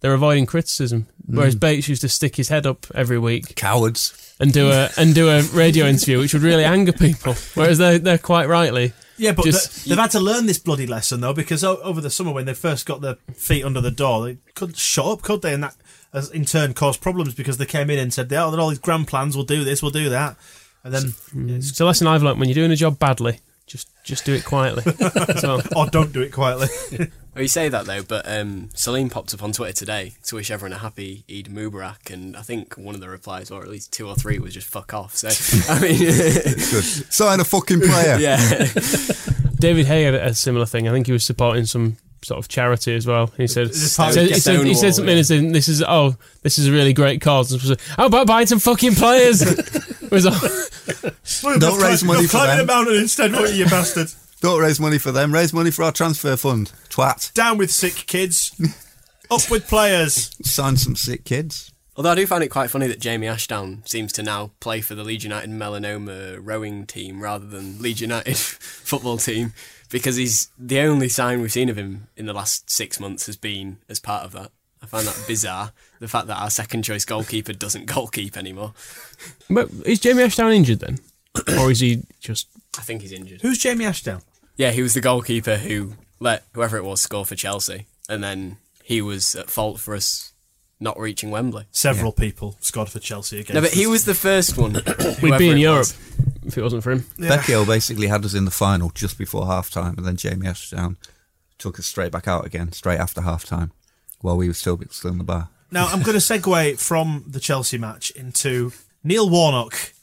Speaker 4: they're avoiding criticism.
Speaker 6: Mm.
Speaker 4: Whereas Bates used to stick his head up every week
Speaker 5: Cowards.
Speaker 4: and do a and do a radio interview, which would really anger people. Whereas they're they're quite rightly
Speaker 3: Yeah, but
Speaker 4: Just-
Speaker 3: th- they've had to learn this bloody lesson though, because o- over the summer when they first got their feet under the door, they couldn't shut up, could they? And that has in turn caused problems because they came in and said, "Oh, there are all these grand plans. We'll do this. We'll do that." And then,
Speaker 4: It's a lesson I've learned when you're doing a job badly, just just do it quietly. as well.
Speaker 3: or don't do it
Speaker 5: [laughs]
Speaker 3: quietly.
Speaker 6: Oh, you say that though, but um, Salim popped up on Twitter today to wish everyone a happy Eid Mubarak, and I think one of the replies, or at least two or three, was just "fuck off." So [laughs] I mean, [laughs]
Speaker 5: Good. Sign a fucking player.
Speaker 6: yeah,
Speaker 4: David Hay had a similar thing. I think he was supporting some sort of charity as well. He said,
Speaker 3: This is
Speaker 4: said-
Speaker 3: part
Speaker 4: he
Speaker 3: of
Speaker 4: said,
Speaker 6: the
Speaker 4: he said,
Speaker 6: Stonewall,
Speaker 4: something.
Speaker 6: yeah.
Speaker 4: as in, This is oh, this is a really great cause. And it was like, How about buying some fucking players? It was all-
Speaker 5: Don't raise
Speaker 3: You're
Speaker 5: money for
Speaker 3: climbing
Speaker 5: them.
Speaker 3: a mountain instead, won't you, you bastard?
Speaker 5: Don't raise money for them. Raise money for our transfer fund. Twat.
Speaker 3: Down with sick kids. Up with players.
Speaker 5: Sign some sick kids.
Speaker 6: [laughs] Although I do find it quite funny that Jamie Ashdown seems to now play for the Leeds United melanoma rowing team rather than Leeds United [laughs] football team because he's the only sign we've seen of him in the last six months has been as part of that. I find that bizarre. the fact that our second choice goalkeeper doesn't goalkeep anymore.
Speaker 4: but is Jamie Ashdown injured then, or is he just?
Speaker 6: I think he's injured.
Speaker 3: Who's Jamie Ashdown?
Speaker 6: Yeah, he was the goalkeeper who let whoever it was score for Chelsea, and then he was at fault for us not reaching Wembley.
Speaker 3: Several people scored for Chelsea against.
Speaker 6: No, but he
Speaker 3: us.
Speaker 6: was the first one.
Speaker 4: We'd
Speaker 6: [coughs] whoever
Speaker 4: be in
Speaker 6: it
Speaker 4: Europe
Speaker 6: was.
Speaker 4: if it wasn't for him.
Speaker 5: Becchio basically had us in the final just before half time, and then Jamie Ashdown took us straight back out again, straight after half time, while we were still, still in the bar.
Speaker 3: Now I'm going to segue from the Chelsea match into Neil Warnock.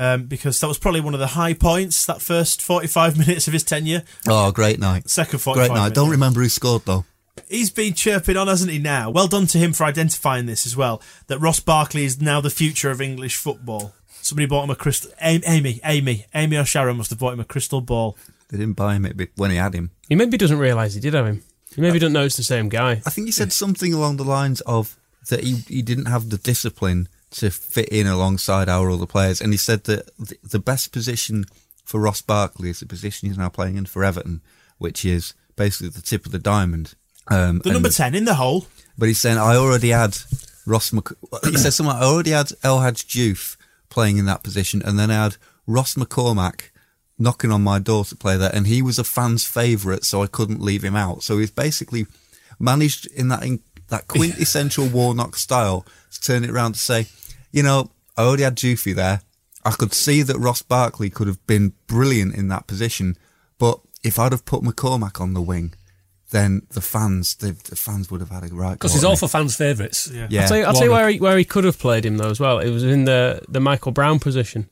Speaker 3: Um, because that was probably one of the high points that first 45 [laughs] minutes of his tenure.
Speaker 5: Oh, great night.
Speaker 3: Second 45
Speaker 5: Great night.
Speaker 3: minutes.
Speaker 5: Don't remember who scored though.
Speaker 3: He's been chirping on, hasn't he, now? Well done to him for identifying this as well, that Ross Barkley is now the future of English football. Somebody bought him a crystal. Amy, Amy, Amy, Amy O'Sharon must have bought him a crystal ball.
Speaker 5: They didn't buy him it be- when he had him.
Speaker 4: He maybe doesn't realise he did have him. He maybe doesn't know it's the same guy.
Speaker 5: I think he said something along the lines of that he, he didn't have the discipline to fit in alongside our other players. And he said that th- the best position for Ross Barkley is the position he's now playing in for Everton, which is basically the tip of the diamond. Um,
Speaker 3: The
Speaker 5: and-
Speaker 3: number ten in the hole.
Speaker 5: But he's saying, I already had Ross Mc... He said something like, I already had Elhaj Juf playing in that position, and then I had Ross McCormack knocking on my door to play there, and he was a fan's favourite, so I couldn't leave him out. So he's basically managed in that in, that quintessential Warnock style to turn it around to say, you know, I already had Jufy there. I could see that Ross Barkley could have been brilliant in that position, but if I'd have put McCormack on the wing, then the fans, the, the fans would have had a right.
Speaker 7: Because
Speaker 5: go
Speaker 7: he's
Speaker 5: at me.
Speaker 7: all for fans' favourites. Yeah.
Speaker 5: Yeah,
Speaker 4: I'll tell you, I'll tell you where, he, where he could have played him though as well. It was in the the Michael
Speaker 5: [laughs]
Speaker 4: Brown position.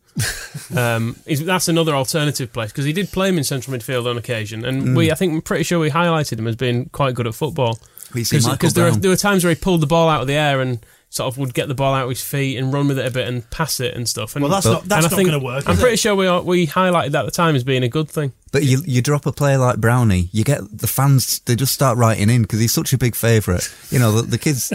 Speaker 4: um, is- that's another alternative place because he did play him in central midfield on occasion, and
Speaker 5: Mm.
Speaker 4: we I think I'm pretty sure we highlighted him as being quite good at football.
Speaker 5: We see Michael
Speaker 4: Because there, were-
Speaker 5: Brown.
Speaker 4: there were times where he pulled the ball out of the air and sort of would get the ball out of his feet and run with it a bit and pass it and stuff. And,
Speaker 3: Well, that's not- that's
Speaker 4: and I
Speaker 3: not
Speaker 4: think-
Speaker 3: gonna work,
Speaker 4: I'm
Speaker 3: is
Speaker 4: pretty
Speaker 3: it?
Speaker 4: sure we are, we highlighted that at the time as being a good thing.
Speaker 5: But you you drop a player like Brownie, you get the fans. They just start writing in because he's such a big favourite. You know, the, the kids.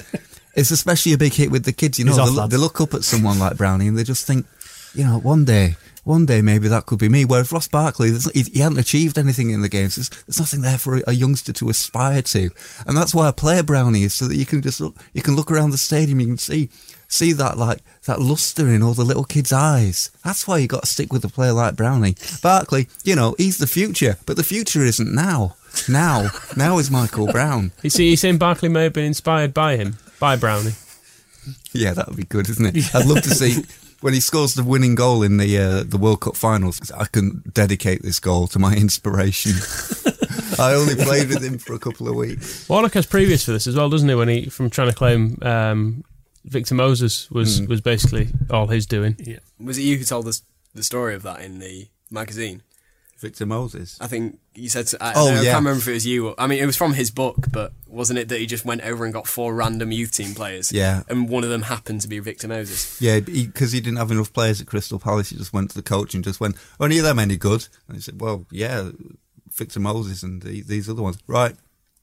Speaker 5: It's especially a big hit with the kids. You know,
Speaker 3: He's off,
Speaker 5: they, look-
Speaker 3: lads.
Speaker 5: they look up at someone like Brownie and they just think, you know, one day, one day maybe that could be me. Whereas Ross Barkley, there's, he, he hadn't achieved anything in the games. There's, there's nothing there for a, a youngster to aspire to, and that's why I play Brownie is so that you can just look, you can look around the stadium, you can see. See that like that luster in all the little kids' eyes. That's why you got to stick with a player like Brownie. Barkley, you know, he's the future, but the future isn't now. Now, now is Michael Brown.
Speaker 4: You see, he's saying Barkley may have been inspired by him, by Brownie.
Speaker 5: Yeah, that would be good, isn't it? I'd love to see when he scores the winning goal in the uh, the World Cup finals. I can dedicate this goal to my [laughs] inspiration. I only played with him for a couple of weeks.
Speaker 4: Warnock has previous for this as well, doesn't he? When he from trying to claim um, Victor Moses was
Speaker 7: Hmm.
Speaker 4: was basically all his doing.
Speaker 6: Was it you who told us the story of that in the magazine?
Speaker 5: Victor Moses.
Speaker 6: I think you said. To, I,
Speaker 5: Oh,
Speaker 6: I
Speaker 5: yeah.
Speaker 6: can't remember if it was you. Or, I mean, it was from his book, but wasn't it that he just went over and got four random youth team players?
Speaker 5: Yeah.
Speaker 6: and one of them happened to be Victor Moses.
Speaker 5: Yeah, because he, didn't have enough players at Crystal Palace, he just went to the coach and just went, "Are any of them any good?" And he said, "Well, yeah, Victor Moses and the, these other ones. Right,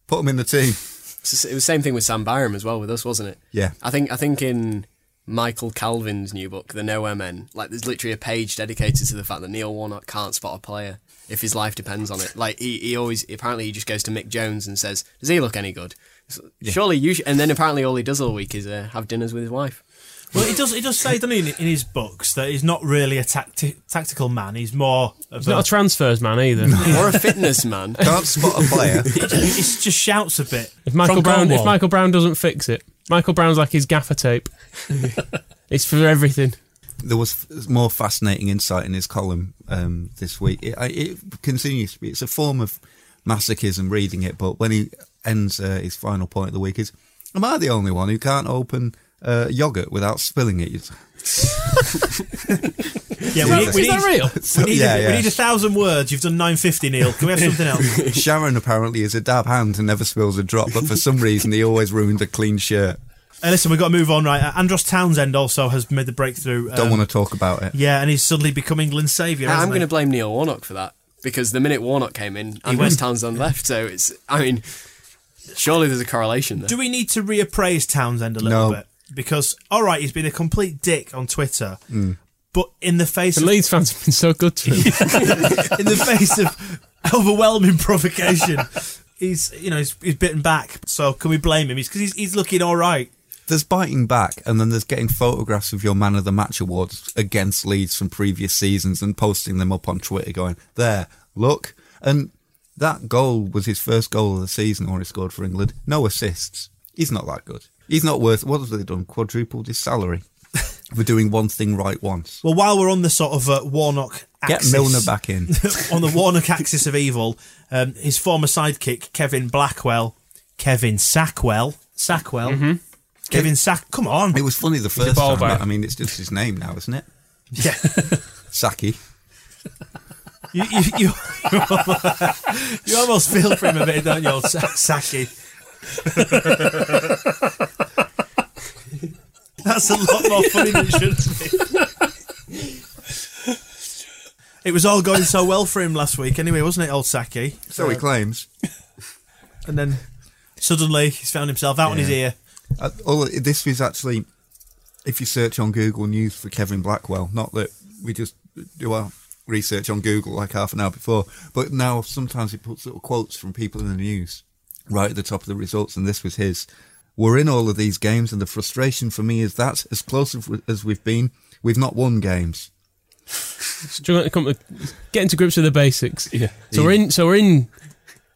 Speaker 5: put them in the team."
Speaker 6: It's the s- It was the same thing with Sam Byram as well with us, wasn't it?
Speaker 5: Yeah.
Speaker 6: I think I think in Michael Calvin's new book, The Nowhere Men, like there's literally a page dedicated to the fact that Neil Warnock can't spot a player if his life depends on it. Like he, he always apparently he just goes to Mick Jones and says, "Does he look any good?" So, Surely you. Sh-. And then apparently all he does all week is uh, have dinners with his wife.
Speaker 3: Well, he does. He does say, doesn't he, in, in his books that he's not really a tacti- tactical man. He's more of
Speaker 4: He's not a transfers man either.
Speaker 6: or a
Speaker 5: [laughs]
Speaker 6: fitness man.
Speaker 5: Can't spot a player.
Speaker 3: he just shouts a bit.
Speaker 4: If Michael
Speaker 7: From
Speaker 4: Brown, if
Speaker 7: Cornwall.
Speaker 4: Michael Brown doesn't fix it, Michael Brown's like his gaffer
Speaker 7: [laughs]
Speaker 4: tape. it's for everything.
Speaker 5: there was f- more fascinating insight in his column um, this week. It, I- it continues to be. It's a form of masochism reading it, but when he ends uh, his final point of the week is, "Am I the only one who can't open uh, yogurt without spilling it?" It's-
Speaker 3: Yeah,
Speaker 5: Is
Speaker 3: we need,
Speaker 5: that-
Speaker 3: we
Speaker 4: is that
Speaker 3: need-
Speaker 7: [laughs]
Speaker 4: real?
Speaker 3: we need,
Speaker 5: Yeah,
Speaker 3: a,
Speaker 5: yeah.
Speaker 3: we need a thousand words. You've done nine fifty, Neil. Can we have
Speaker 5: [laughs]
Speaker 3: something else? Uh,
Speaker 5: Sharon apparently is a dab hand and never spills a drop, but for some reason he always ruined a clean shirt.
Speaker 3: Uh, listen, we've got to move on, right? Uh, Andros Townsend also has made the breakthrough. um,
Speaker 5: Don't want to talk about it.
Speaker 3: Yeah, and he's suddenly become England's saviour.
Speaker 6: I'm
Speaker 3: hasn't
Speaker 6: going to
Speaker 3: he?
Speaker 6: blame Neil Warnock for that because the minute Warnock came in, and West Townsend left, so it's. I mean, surely there's a correlation there.
Speaker 3: Do we need to reappraise Townsend a little
Speaker 5: No.
Speaker 3: bit? Because all right, he's been a complete dick on Twitter,
Speaker 5: Mm.
Speaker 3: but in the face
Speaker 4: The
Speaker 3: of
Speaker 4: Leeds fans have been so good to him.
Speaker 3: in the face of overwhelming provocation. He's, you know, he's, he's bitten back. So can we blame him? He's because he's, he's looking all right.
Speaker 5: There's biting back, and then there's getting photographs of your man of the match awards against Leeds from previous seasons and posting them up on Twitter, going, "There, look." And that goal was his first goal of the season, or he scored for England. No assists. He's not that good. He's not worth. What have they done? Quadrupled his salary [laughs] for doing one thing right once.
Speaker 3: Well, while we're on the sort of uh, Warnock
Speaker 5: Get
Speaker 3: axis,
Speaker 5: Milner back in.
Speaker 3: [laughs] on the Warnock axis of evil, um, his former sidekick Kevin Blackwell, Kevin Sackwell, Sackwell, Kevin Sack.
Speaker 5: [laughs]
Speaker 3: Come on,
Speaker 5: It was funny the first
Speaker 4: ball
Speaker 5: time. but
Speaker 4: back.
Speaker 5: I mean, it's just his name now, isn't it?
Speaker 3: yeah,
Speaker 5: Saki.
Speaker 3: you, you, you, you almost feel for him a bit, don't you, old Sa- [laughs] Saki? That's a lot more funny than it should be. It was all going so well for him last week, anyway, wasn't it, old Saki?
Speaker 5: So he claims.
Speaker 3: And then suddenly he's found himself out on his
Speaker 5: Yeah.
Speaker 3: ear.
Speaker 5: Uh, all this is actually, if you search on Google News for Kevin Blackwell, not that we just do our research on Google like half an hour before, but now sometimes it puts little quotes from people in the news right at the top of the results, and this was his. We're in all of these games, and the frustration for me is that as close as- as we've been, we've not won games.
Speaker 4: Struggling to come to, getting to grips with the basics.
Speaker 7: Yeah.
Speaker 4: So we're in. So we're in.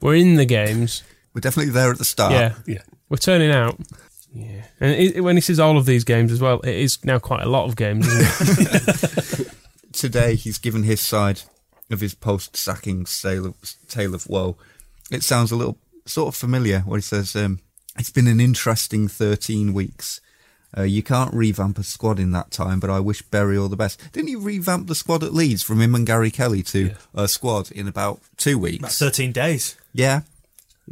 Speaker 4: We're in the games.
Speaker 5: We're definitely there at the
Speaker 7: Ah.
Speaker 5: start.
Speaker 4: yeah.
Speaker 7: Yeah.
Speaker 4: We're turning out. Yeah. And it, when he says all of these games as well, it is now quite a lot of games. Isn't it?
Speaker 5: today he's given his side of his post sacking tale of, tale of woe. It sounds a little sort of familiar where he says, um, It's been an interesting 13 weeks. Uh, you can't revamp a squad in that time, but I wish Berry all the best. Didn't he revamp the squad at Leeds from him and Gary Kelly to a squad in about two
Speaker 3: About
Speaker 5: weeks?
Speaker 3: 13 days.
Speaker 5: yeah.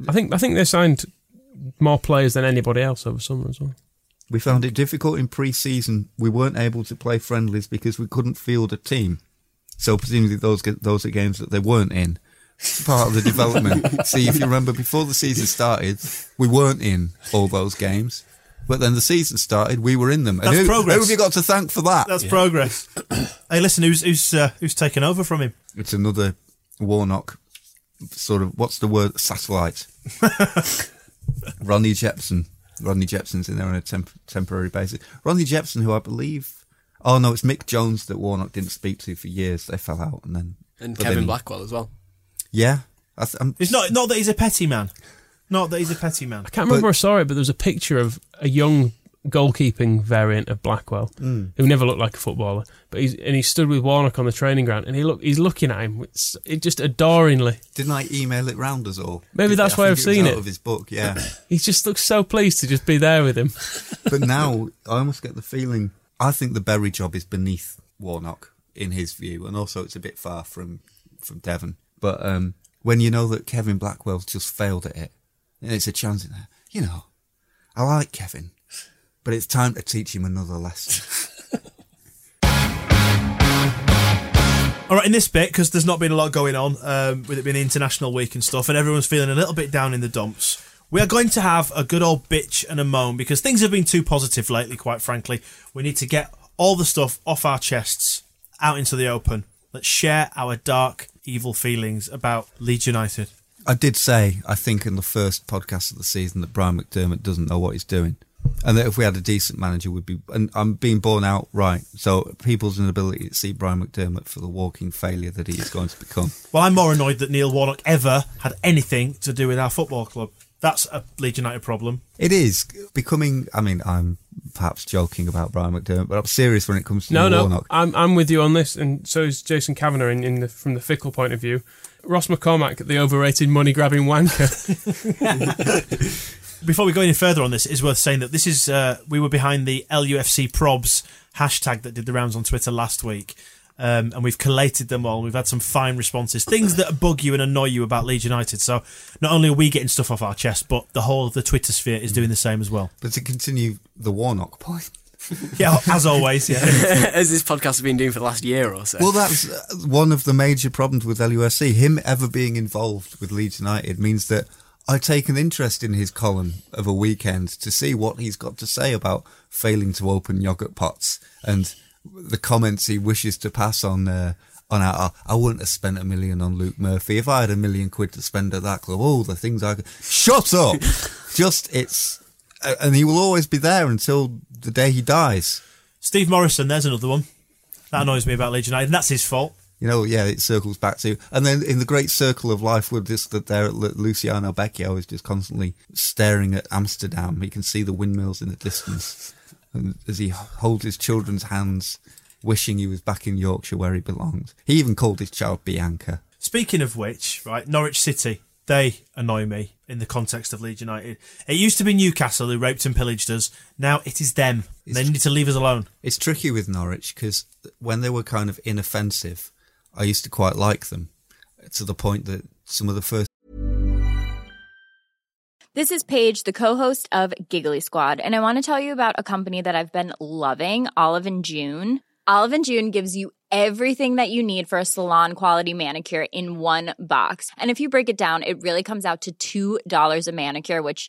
Speaker 4: I think. I think they signed more players than anybody else over summer as well.
Speaker 5: We found it difficult in pre season. We weren't able to play friendlies because we couldn't field a team. So, presumably, those, ga- those are games that they weren't in. It's part of the
Speaker 3: [laughs]
Speaker 5: development. See, if you remember, before the season started, we weren't in all those games. But then the season started, we were in them. And
Speaker 3: That's
Speaker 5: who,
Speaker 3: progress.
Speaker 5: who have you got to thank for that?
Speaker 3: That's progress. hey, listen, who's who's uh, who's taken over from him?
Speaker 5: It's another Warnock sort of, what's the word?
Speaker 4: [laughs]
Speaker 5: Satellite. Ronnie Jepson. Ronnie Jepson's in there on a temp- temporary basis. Ronnie Jepson, who I believe. Oh, no, it's Mick Jones that Warnock didn't speak to for years. They fell out and then.
Speaker 6: And
Speaker 5: but
Speaker 6: Kevin
Speaker 5: then-
Speaker 6: Blackwell as well.
Speaker 5: Yeah. I th- um, I'm,
Speaker 3: It's not not that he's a petty man. Not that he's a petty man.
Speaker 4: I can't remember where I saw it, but there was a picture of a young goalkeeping variant of Blackwell who never looked like a footballer, but he's and he stood with Warnock on the training ground, and he look he's looking at him with s- it just adoringly.
Speaker 5: didn't I email it round us all?
Speaker 4: Maybe that's
Speaker 5: I
Speaker 4: why
Speaker 5: think
Speaker 4: I've
Speaker 5: was
Speaker 4: seen
Speaker 5: out
Speaker 4: it.
Speaker 5: of his book,
Speaker 4: [clears throat]
Speaker 5: yeah.
Speaker 4: He just looks so pleased to just be there with him.
Speaker 5: but now I almost get the feeling I think the Berry job is beneath Warnock in his view, and also it's a bit far from from Devon. But um, when you know that Kevin Blackwell's just failed at it, and it's a chance in there, you know, I like Kevin, but it's time to teach him another lesson.
Speaker 3: All right, in this bit, because there's not been a lot going on um, with it being International Week and stuff, and everyone's feeling a little bit down in the dumps, we are going to have a good old bitch and a moan because things have been too positive lately, quite frankly. We need to get all the stuff off our chests, out into the open. Let's share our dark, evil feelings about Leeds United.
Speaker 5: I did say, I think, in the first podcast of the season that Brian McDermott doesn't know what he's doing. And that if we had a decent manager, we'd be. And I'm being borne out right. So people's inability to see Brian McDermott for the walking failure that he is going to become.
Speaker 3: Well, I'm more annoyed that Neil Warnock ever had anything to do with our football club. That's a Leeds United problem.
Speaker 5: It is becoming. I mean, I'm perhaps joking about Brian McDermott, but I'm serious when it comes to
Speaker 4: No,
Speaker 5: Neil
Speaker 4: no,
Speaker 5: Warnock.
Speaker 4: I'm I'm with you on this, and so is Jason Kavanagh in, in the, from the fickle point of view. Ross McCormack, the overrated money grabbing wanker.
Speaker 3: before we go any further on this, it is worth saying that this is uh, we were behind the LUFC probs hashtag that did the rounds on Twitter last week, um, and we've collated them all. and We've had some fine responses, things that bug you and annoy you about Leeds United. So not only are we getting stuff off our chest, but the whole of the Twitter sphere is doing the same as well.
Speaker 5: But to continue the Warnock point.
Speaker 3: Yeah, [laughs] as always. Yeah,
Speaker 6: [laughs] As this podcast has been doing for the last year or so.
Speaker 5: Well, that's uh, one of the major problems with LUFC. Him ever being involved with Leeds United means that I take an interest in his column of a weekend to see what he's got to say about failing to open yogurt pots and the comments he wishes to pass on. Uh, on our, I wouldn't have spent a million on Luke Murphy if I had a million quid to spend at that club. All the things I could. Shut up! Just it's, uh, and he will always be there until the day he dies.
Speaker 3: Steve Morrison. There's another one that annoys me about Leeds United, and that's his fault.
Speaker 5: You know, yeah, it circles back to, and then in the great circle of life with this, that there, Lu- Luciano Becchio is just constantly staring at Amsterdam. He can see the windmills in the distance and as he holds his children's hands, wishing he was back in Yorkshire where he belonged. He even called his child Bianca.
Speaker 3: Speaking of which, right, Norwich City, they annoy me in the context of Leeds United. It used to be Newcastle who raped and pillaged us. Now it is them. they need to leave us alone.
Speaker 5: It's tricky with Norwich because when they were kind of inoffensive, I used to quite like them to the point that some of the first
Speaker 8: This is Paige, the co-host of Giggly Squad, and I want to tell you about a company that I've been loving, Olive and June. Olive and June gives you everything that you need for a salon quality manicure in one box. And if you break it down, it really comes out to $2 a manicure, which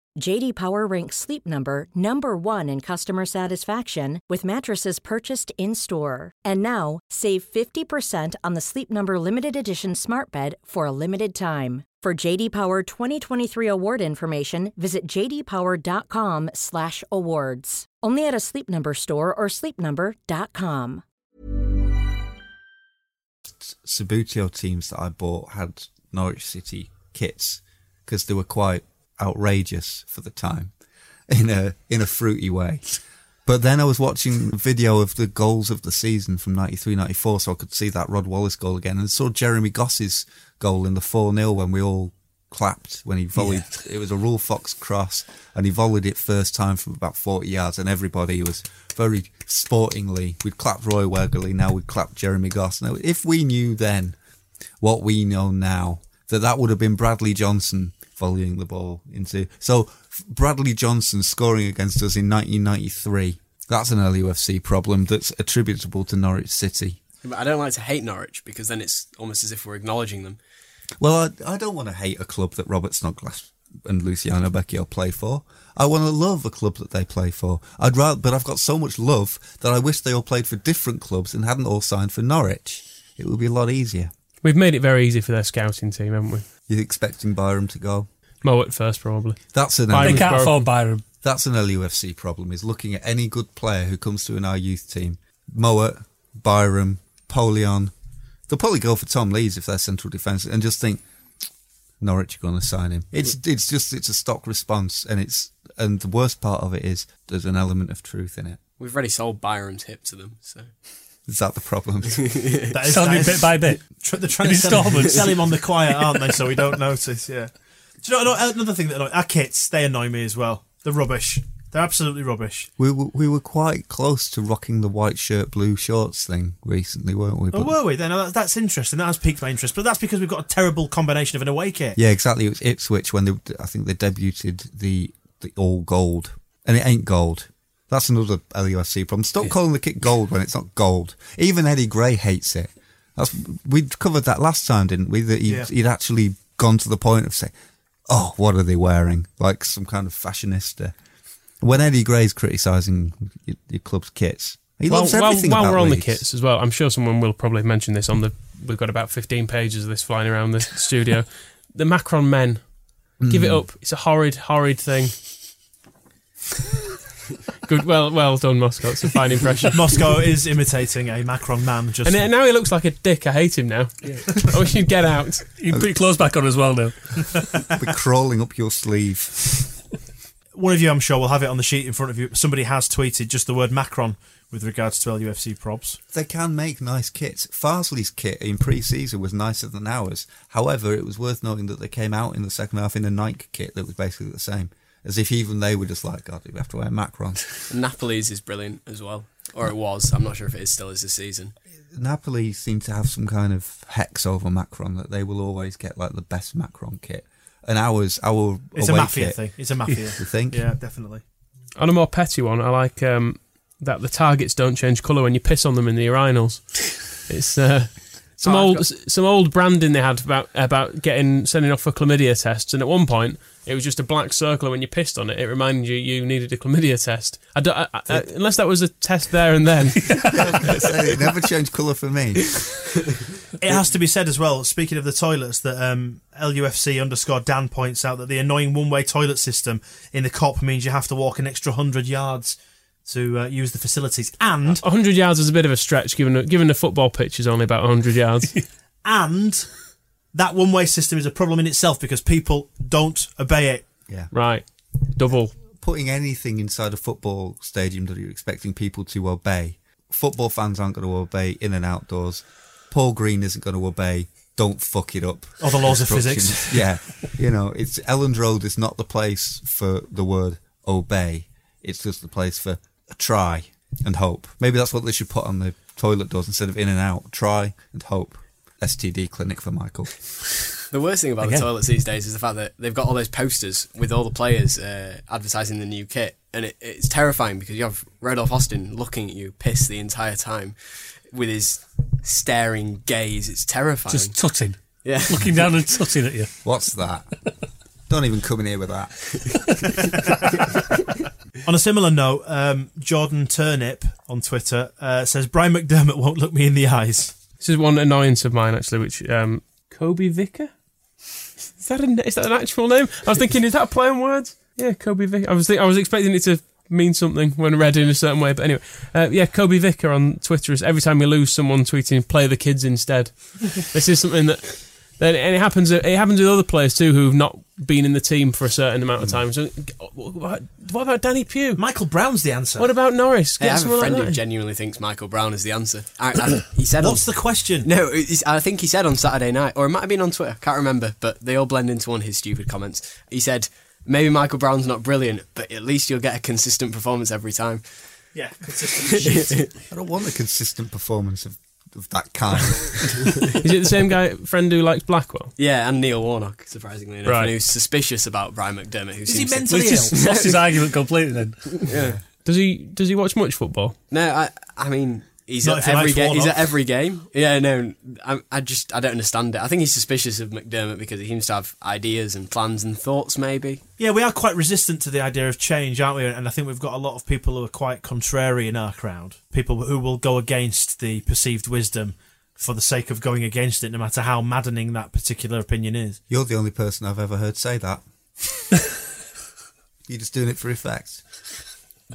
Speaker 1: JD Power ranks Sleep Number number 1 in customer satisfaction with mattresses purchased in-store. And now, save 50% on the Sleep Number limited edition Smart Bed for a limited time. For JD Power 2023 award information, visit jdpower.com/awards. Only at a Sleep Number store or sleepnumber.com.
Speaker 5: Sabutio teams that I bought had Norwich City kits because they were quite outrageous for the time in a in a fruity way. But then I was watching a video of the goals of the season from 93 94, so I could see that Rod Wallace goal again and saw Jeremy Goss's goal in the 4 0 when we all clapped when he volleyed. It was a Rule Fox cross and he volleyed it first time from about 40 yards, and everybody was very sportingly. We'd clapped Roy Wegerly, now we'd clapped Jeremy Goss. Now, if we knew then what we know now, that that would have been Bradley Johnson volleying the ball into. So Bradley Johnson scoring against us in 1993. That's an early UFC problem that's attributable to Norwich City.
Speaker 6: But I don't like to hate Norwich because then it's almost as if we're acknowledging them.
Speaker 5: Well, I, I don't want to hate a club that Robert Snodgrass and Luciano Becchio play for. I want to love a club that they play for. I'd rather, but I've got so much love that I wish they all played for different clubs and hadn't all signed for Norwich. It would be a lot easier.
Speaker 4: We've made it very easy for their scouting team, haven't we?
Speaker 5: You're expecting Byram to go?
Speaker 4: Mo at first, probably.
Speaker 5: That's an
Speaker 4: Byron-
Speaker 7: They can't
Speaker 4: Byron-
Speaker 7: afford Byron.
Speaker 5: That's an LUFC problem is looking at any good player who comes to an our youth team. Mowat, Byram, Polion. They'll probably go for Tom Lees if they're central defence and just think Norwich are gonna sign him. It's it's just it's a stock response and it's and the worst part of it is there's an element of truth in it.
Speaker 6: We've already sold Byram's hip to them, so
Speaker 5: Is that the problem?
Speaker 3: That
Speaker 7: Sell me
Speaker 3: that
Speaker 7: bit by bit.
Speaker 3: Tr- they're trying
Speaker 7: In
Speaker 3: to sell him,
Speaker 7: installments.
Speaker 3: sell him on the quiet, aren't they? So we don't notice. Yeah. Do you know ano- another thing that annoys, our kits? They annoy me as well. They're rubbish. They're absolutely rubbish.
Speaker 5: we were we were quite close to rocking the white shirt, blue shorts thing recently, weren't we?
Speaker 3: Oh,
Speaker 5: But-
Speaker 3: were we? Then that's, that's interesting. That has piqued my interest. But that's because we've got a terrible combination of an away kit.
Speaker 5: Yeah, exactly. It was Ipswich when they, I think they debuted the the all gold, and it ain't gold. That's another LUFC problem. Stop calling the kit gold when it's not gold. Even Eddie Gray hates it. That's we covered that last time, didn't we? That he'd,
Speaker 3: Yeah.
Speaker 5: he'd actually gone to the point of saying, "Oh, what are they wearing?" Like some kind of fashionista. When Eddie Gray's criticising your, your club's kits, he
Speaker 4: Well,
Speaker 5: loves
Speaker 4: while,
Speaker 5: everything.
Speaker 4: while
Speaker 5: about
Speaker 4: we're on the
Speaker 5: Leeds.
Speaker 4: kits as well, I'm sure someone will probably mention this on the. We've got about 15 pages of this flying
Speaker 5: [laughs]
Speaker 4: around the studio. The Macron men, give
Speaker 5: Mm.
Speaker 4: it up. It's a horrid, horrid thing. Good, well, well done, Moscow. It's a
Speaker 5: [laughs]
Speaker 4: fine impression.
Speaker 3: Moscow is imitating a Macron man. Just
Speaker 4: And then- now he looks like a dick. I hate him now. I wish he'd get out.
Speaker 7: You can put your clothes back on as well now.
Speaker 5: Be crawling up your sleeve.
Speaker 3: one of you, I'm sure, will have it on the sheet in front of you. Somebody has tweeted just the word Macron with regards to LUFC props.
Speaker 5: They can make nice kits. Farsley's kit in pre-season was nicer than ours. However, it was worth noting that they came out in the second half in a Nike kit that was basically the same. As if even they were just like, God, we have to wear Macron. [laughs]
Speaker 6: Napoli's is brilliant as well, or it was. I'm not sure if it is still is this season.
Speaker 5: Napoli seem to have some kind of hex over Macron that they will always get like the best Macron kit. And ours, our
Speaker 3: It's
Speaker 5: away
Speaker 3: a mafia
Speaker 5: kit,
Speaker 3: thing. It's a mafia.
Speaker 5: You think?
Speaker 3: Yeah, definitely.
Speaker 4: On a more petty one, I like um, that the targets don't change colour when you piss on them in the
Speaker 6: [laughs]
Speaker 4: urinals. It's uh, some
Speaker 6: Oh, I've
Speaker 4: old
Speaker 6: got-
Speaker 4: s some old branding they had about about getting sending off for chlamydia tests, and at one point it was just a black circle, and when you pissed on it, it reminded you you needed a chlamydia test. I don't, I, I- I- unless that was a test there and
Speaker 6: [laughs]
Speaker 4: then.
Speaker 5: Say, [laughs] it never changed colour for me.
Speaker 3: It has to be said as well. Speaking of the toilets, that um, LUFC underscore Dan points out that the annoying one-way toilet system in the COP means you have to walk an extra hundred yards to uh, use the facilities, and
Speaker 4: 100 yards is a bit of a stretch given given the football pitch is only about 100 yards.
Speaker 6: [laughs]
Speaker 3: and that one-way system is a problem in itself because people don't obey it.
Speaker 5: Yeah.
Speaker 4: right. Double.
Speaker 5: Putting anything inside a football stadium that you're expecting people to obey. Football fans aren't going to obey in and outdoors. Paul Green isn't going to obey. Don't fuck it up.
Speaker 3: Or the laws of physics.
Speaker 5: Instructions. [laughs] yeah. You know, it's Elland Road is not the place for the word obey. It's just the place for try and hope. Maybe that's what they should put on the toilet doors instead of in and out. Try and hope. STD clinic for Michael.
Speaker 6: The worst thing about
Speaker 3: Again.
Speaker 6: the toilets these days is the fact that they've got all those posters with all the players uh, advertising the new kit, and it, it's terrifying because you have Rodolph Austin looking at you piss the entire time with his staring gaze. It's terrifying.
Speaker 7: Just tutting.
Speaker 6: yeah,
Speaker 7: Looking down and tutting at you.
Speaker 5: What's
Speaker 3: [laughs]
Speaker 5: that? Don't even come in here with that.
Speaker 3: On a similar note, um, Jordan Turnip on Twitter uh, says Brian McDermott won't look me in the eyes.
Speaker 4: This is one annoyance of mine actually, which um, Kobe Vicker. Is that an, is that an actual name? I was thinking, is that playing words? Yeah, Kobe Vicker. I was think, I was expecting it to mean something when read in a certain way, but anyway, uh, yeah, Kobe Vicker on Twitter is every time we lose someone tweeting, "Play the kids
Speaker 6: [laughs]
Speaker 4: instead." this is something that. Then, and it happens. uh, It happens with other players too, who've not been in the team for a certain amount of
Speaker 6: Mm.
Speaker 4: time. So, what what about Danny Pugh?
Speaker 3: Michael Brown's the answer.
Speaker 4: What about Norris?
Speaker 6: Hey, I have a
Speaker 4: someone like
Speaker 6: friend who
Speaker 4: that.
Speaker 6: genuinely thinks Michael Brown is the answer. I, I, he said,
Speaker 3: What's
Speaker 6: on,
Speaker 3: the question?
Speaker 6: No, it's, I think he said on Saturday night, or it might have been on Twitter. Can't remember, but they all blend into one of his stupid comments. He said, "Maybe Michael Brown's not brilliant, but at least you'll get a consistent performance every time."
Speaker 3: Yeah, consistent shit.
Speaker 5: I don't want a consistent performance of, of that kind.
Speaker 4: Is it the same guy friend who likes Blackwell?
Speaker 6: Yeah, and Neil Warnock, surprisingly enough,
Speaker 4: Right.
Speaker 6: and who's suspicious about Brian McDermott, who
Speaker 3: Is he
Speaker 6: seems
Speaker 3: mentally
Speaker 6: to...
Speaker 7: Well, he's just lost his argument completely then.
Speaker 4: Does he does he watch much football?
Speaker 6: No, I, I mean, he's
Speaker 3: Not if he
Speaker 6: at every
Speaker 3: likes
Speaker 6: game. He's
Speaker 3: Warnock.
Speaker 6: at every game. Yeah, no, I, I just I don't understand it. I think he's suspicious of McDermott because he seems to have ideas and plans and thoughts. Maybe
Speaker 3: [laughs] Yeah, we are quite resistant to the idea of change, aren't we? And I think we've got a lot of people who are quite contrary in our crowd. People who will go against the perceived wisdom for the sake of going against it, no matter how maddening that particular opinion is.
Speaker 5: You're the only person I've ever heard say that. You're just doing it for effect.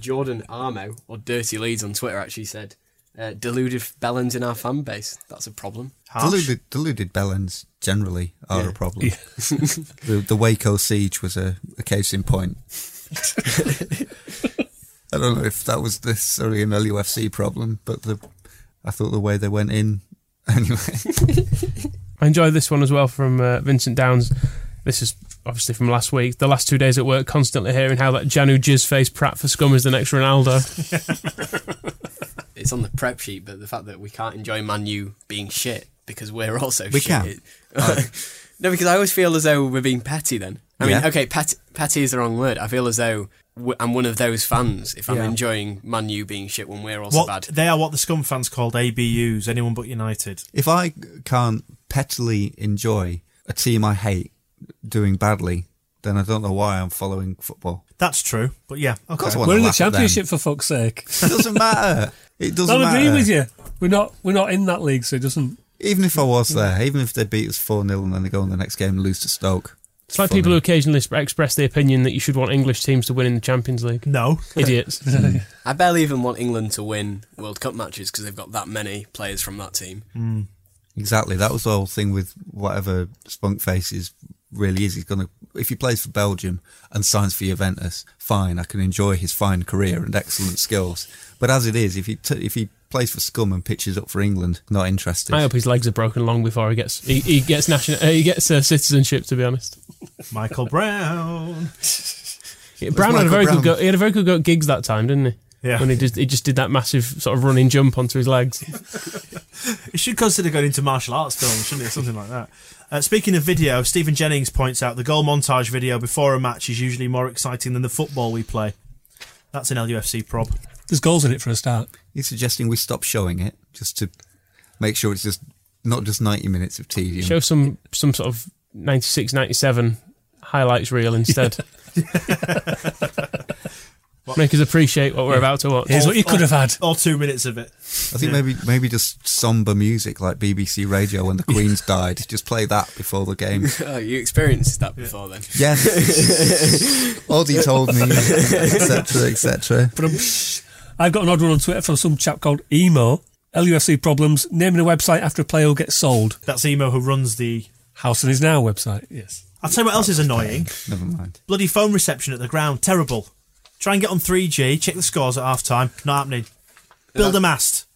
Speaker 6: Jordan Armo or Dirty Leeds on Twitter actually said, uh, "Deluded Bellends in our fan base. That's a problem."
Speaker 3: Harsh.
Speaker 5: Deluded, deluded bellends generally are a problem. [laughs] the, the Waco siege was a, a case in point. I don't know if that was necessarily an LUFC problem, but the I thought the way they went in [laughs] anyway.
Speaker 4: I enjoyed this one as well from uh, Vincent Downs. This is obviously from last week. The last two days at work, constantly hearing how that Janu jizz face Pratt for scum is the next Ronaldo.
Speaker 6: It's on the prep sheet, but the fact that we can't enjoy Manu being shit because we're also
Speaker 5: We
Speaker 6: shit.
Speaker 5: can.
Speaker 6: it- [laughs] no, because I always feel as though we're being petty. Then I mean,
Speaker 5: Yeah.
Speaker 6: okay, pet, petty is the wrong word. I feel as though w- I'm one of those fans. If I'm enjoying Manu being shit when we're also
Speaker 3: What,
Speaker 6: bad,
Speaker 3: They are what the scum fans called ABUs, anyone but United.
Speaker 5: if I can't pettily enjoy a team I hate doing badly, then I don't know why I'm following football.
Speaker 3: That's true, but yeah, okay.
Speaker 5: course I want
Speaker 7: We're in the
Speaker 5: laugh at them.
Speaker 7: championship for fuck's sake.
Speaker 5: It doesn't
Speaker 7: [laughs]
Speaker 5: matter. It doesn't
Speaker 7: I'll
Speaker 5: matter.
Speaker 7: agree with you. We're not we're not in that league, so it doesn't
Speaker 5: Even if I was there, even if they beat us 4 0 and then they go in the next game and lose to Stoke.
Speaker 4: It's like people who occasionally sp- express the opinion that you should want English teams to win in the Champions
Speaker 3: [laughs]
Speaker 4: League.
Speaker 3: No,
Speaker 4: Idiots.
Speaker 6: I barely even want England to win World Cup matches because they've got that many players from that team. [laughs]
Speaker 5: Exactly. That was the whole thing with whatever Spunk faces really is. He's going to. If he plays for Belgium and signs for Juventus, fine. I can enjoy his fine career and excellent skills. But as it is, if he t- if he plays for Scum and pitches up for England, not interested.
Speaker 4: I hope his legs are broken long before he gets he, he gets national uh, he gets uh, citizenship. To be honest,
Speaker 3: Michael Brown.
Speaker 4: Yeah, Brown had
Speaker 5: Michael
Speaker 4: a very
Speaker 5: Brown?
Speaker 4: good go. He had a very good go at gigs that time, didn't he?
Speaker 3: Yeah.
Speaker 4: When he just he just did that massive sort of running jump onto his legs.
Speaker 3: You should consider going into martial arts films, shouldn't you? Something like that. Uh, speaking of video, Stephen Jennings points out the goal montage video before a match is usually more exciting than the football we play. That's an LUFC prob.
Speaker 7: There's goals in it for a start.
Speaker 5: You're suggesting we stop showing it just to make sure it's just not just 90 minutes of tedium.
Speaker 4: Show some some sort of 96, 97 highlights reel
Speaker 7: [laughs]
Speaker 4: instead. Make us appreciate what we're about to watch.
Speaker 7: Here's what you could have had.
Speaker 3: Or two minutes of it.
Speaker 5: I think maybe maybe just somber music like BBC Radio when the Queen's died. Just play that before the
Speaker 3: [laughs]
Speaker 5: game.
Speaker 6: Oh, you experienced that before then.
Speaker 5: Yes, Audie told me, etc., etc.
Speaker 7: But I'm- I've got an odd one on Twitter from some chap called Emo. LUFC problems, naming a website after a player who gets sold.
Speaker 3: That's Emo who runs the.
Speaker 7: House and is now website, yes.
Speaker 3: I'll tell you what else is annoying.
Speaker 5: Never mind.
Speaker 3: Bloody phone reception at the ground. Terrible. Try and get on 3G, check the scores at half time. Not happening. Build a mast.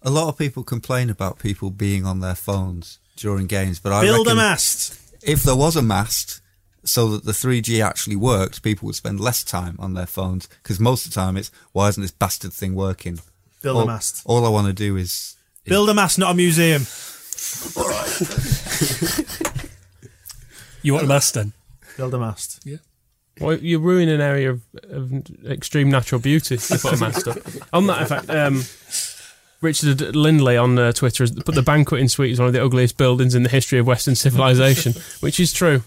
Speaker 5: A lot of people complain about people being on their phones during games, but I
Speaker 3: Build a
Speaker 5: reckon
Speaker 3: mast.
Speaker 5: if there was a mast so that the 3G actually worked, people would spend less time on their phones because most of the time it's why isn't this bastard thing working?
Speaker 3: Build
Speaker 5: all,
Speaker 3: a mast.
Speaker 5: All I want to do is
Speaker 3: Build a mast, not a museum.
Speaker 7: You want a mask then?
Speaker 3: Build a mast.
Speaker 4: Well, you ruin an area of, of extreme natural beauty. if You put a mask up. On that, in fact, um, Richard Lindley on uh, Twitter has put the banqueting suite is one of the ugliest buildings in the history of Western civilization, which is true.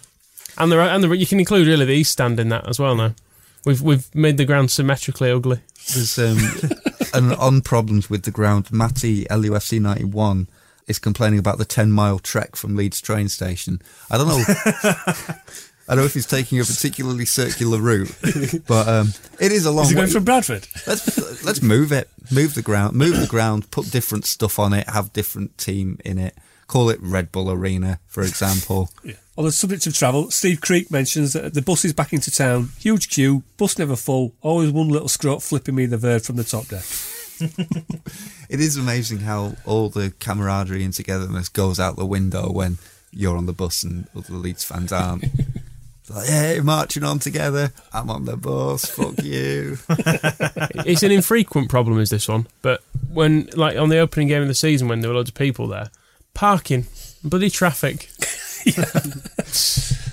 Speaker 4: And the and the, you can include really the East Stand in that as well. Now we've we've made the ground symmetrically ugly.
Speaker 5: There's um, [laughs] an on problems with the ground. Matty LUFC ninety one is complaining about the ten mile trek from Leeds train station. I
Speaker 7: [laughs]
Speaker 5: don't know. I don't know if he's taking a particularly circular route, but um, it is a long
Speaker 7: Is he
Speaker 5: way.
Speaker 7: going from Bradford?
Speaker 5: let's let's move it. Move the ground. Move the ground. Put different stuff on it. Have different team in it. Call it Red Bull Arena, for example.
Speaker 7: On the subject of travel, Steve Creek mentions that the bus is back into town. Huge queue, bus never full, always one little scrot flipping me the bird from the top deck.
Speaker 5: It is amazing how all the camaraderie and togetherness goes out the window when you're on the bus and other Leeds fans aren't.
Speaker 7: [laughs]
Speaker 5: It's like, hey, marching on together. I'm on the bus. Fuck
Speaker 7: [laughs]
Speaker 5: you.
Speaker 4: it's an infrequent problem is this one but when like on the opening game of the season when there were loads of people there parking bloody traffic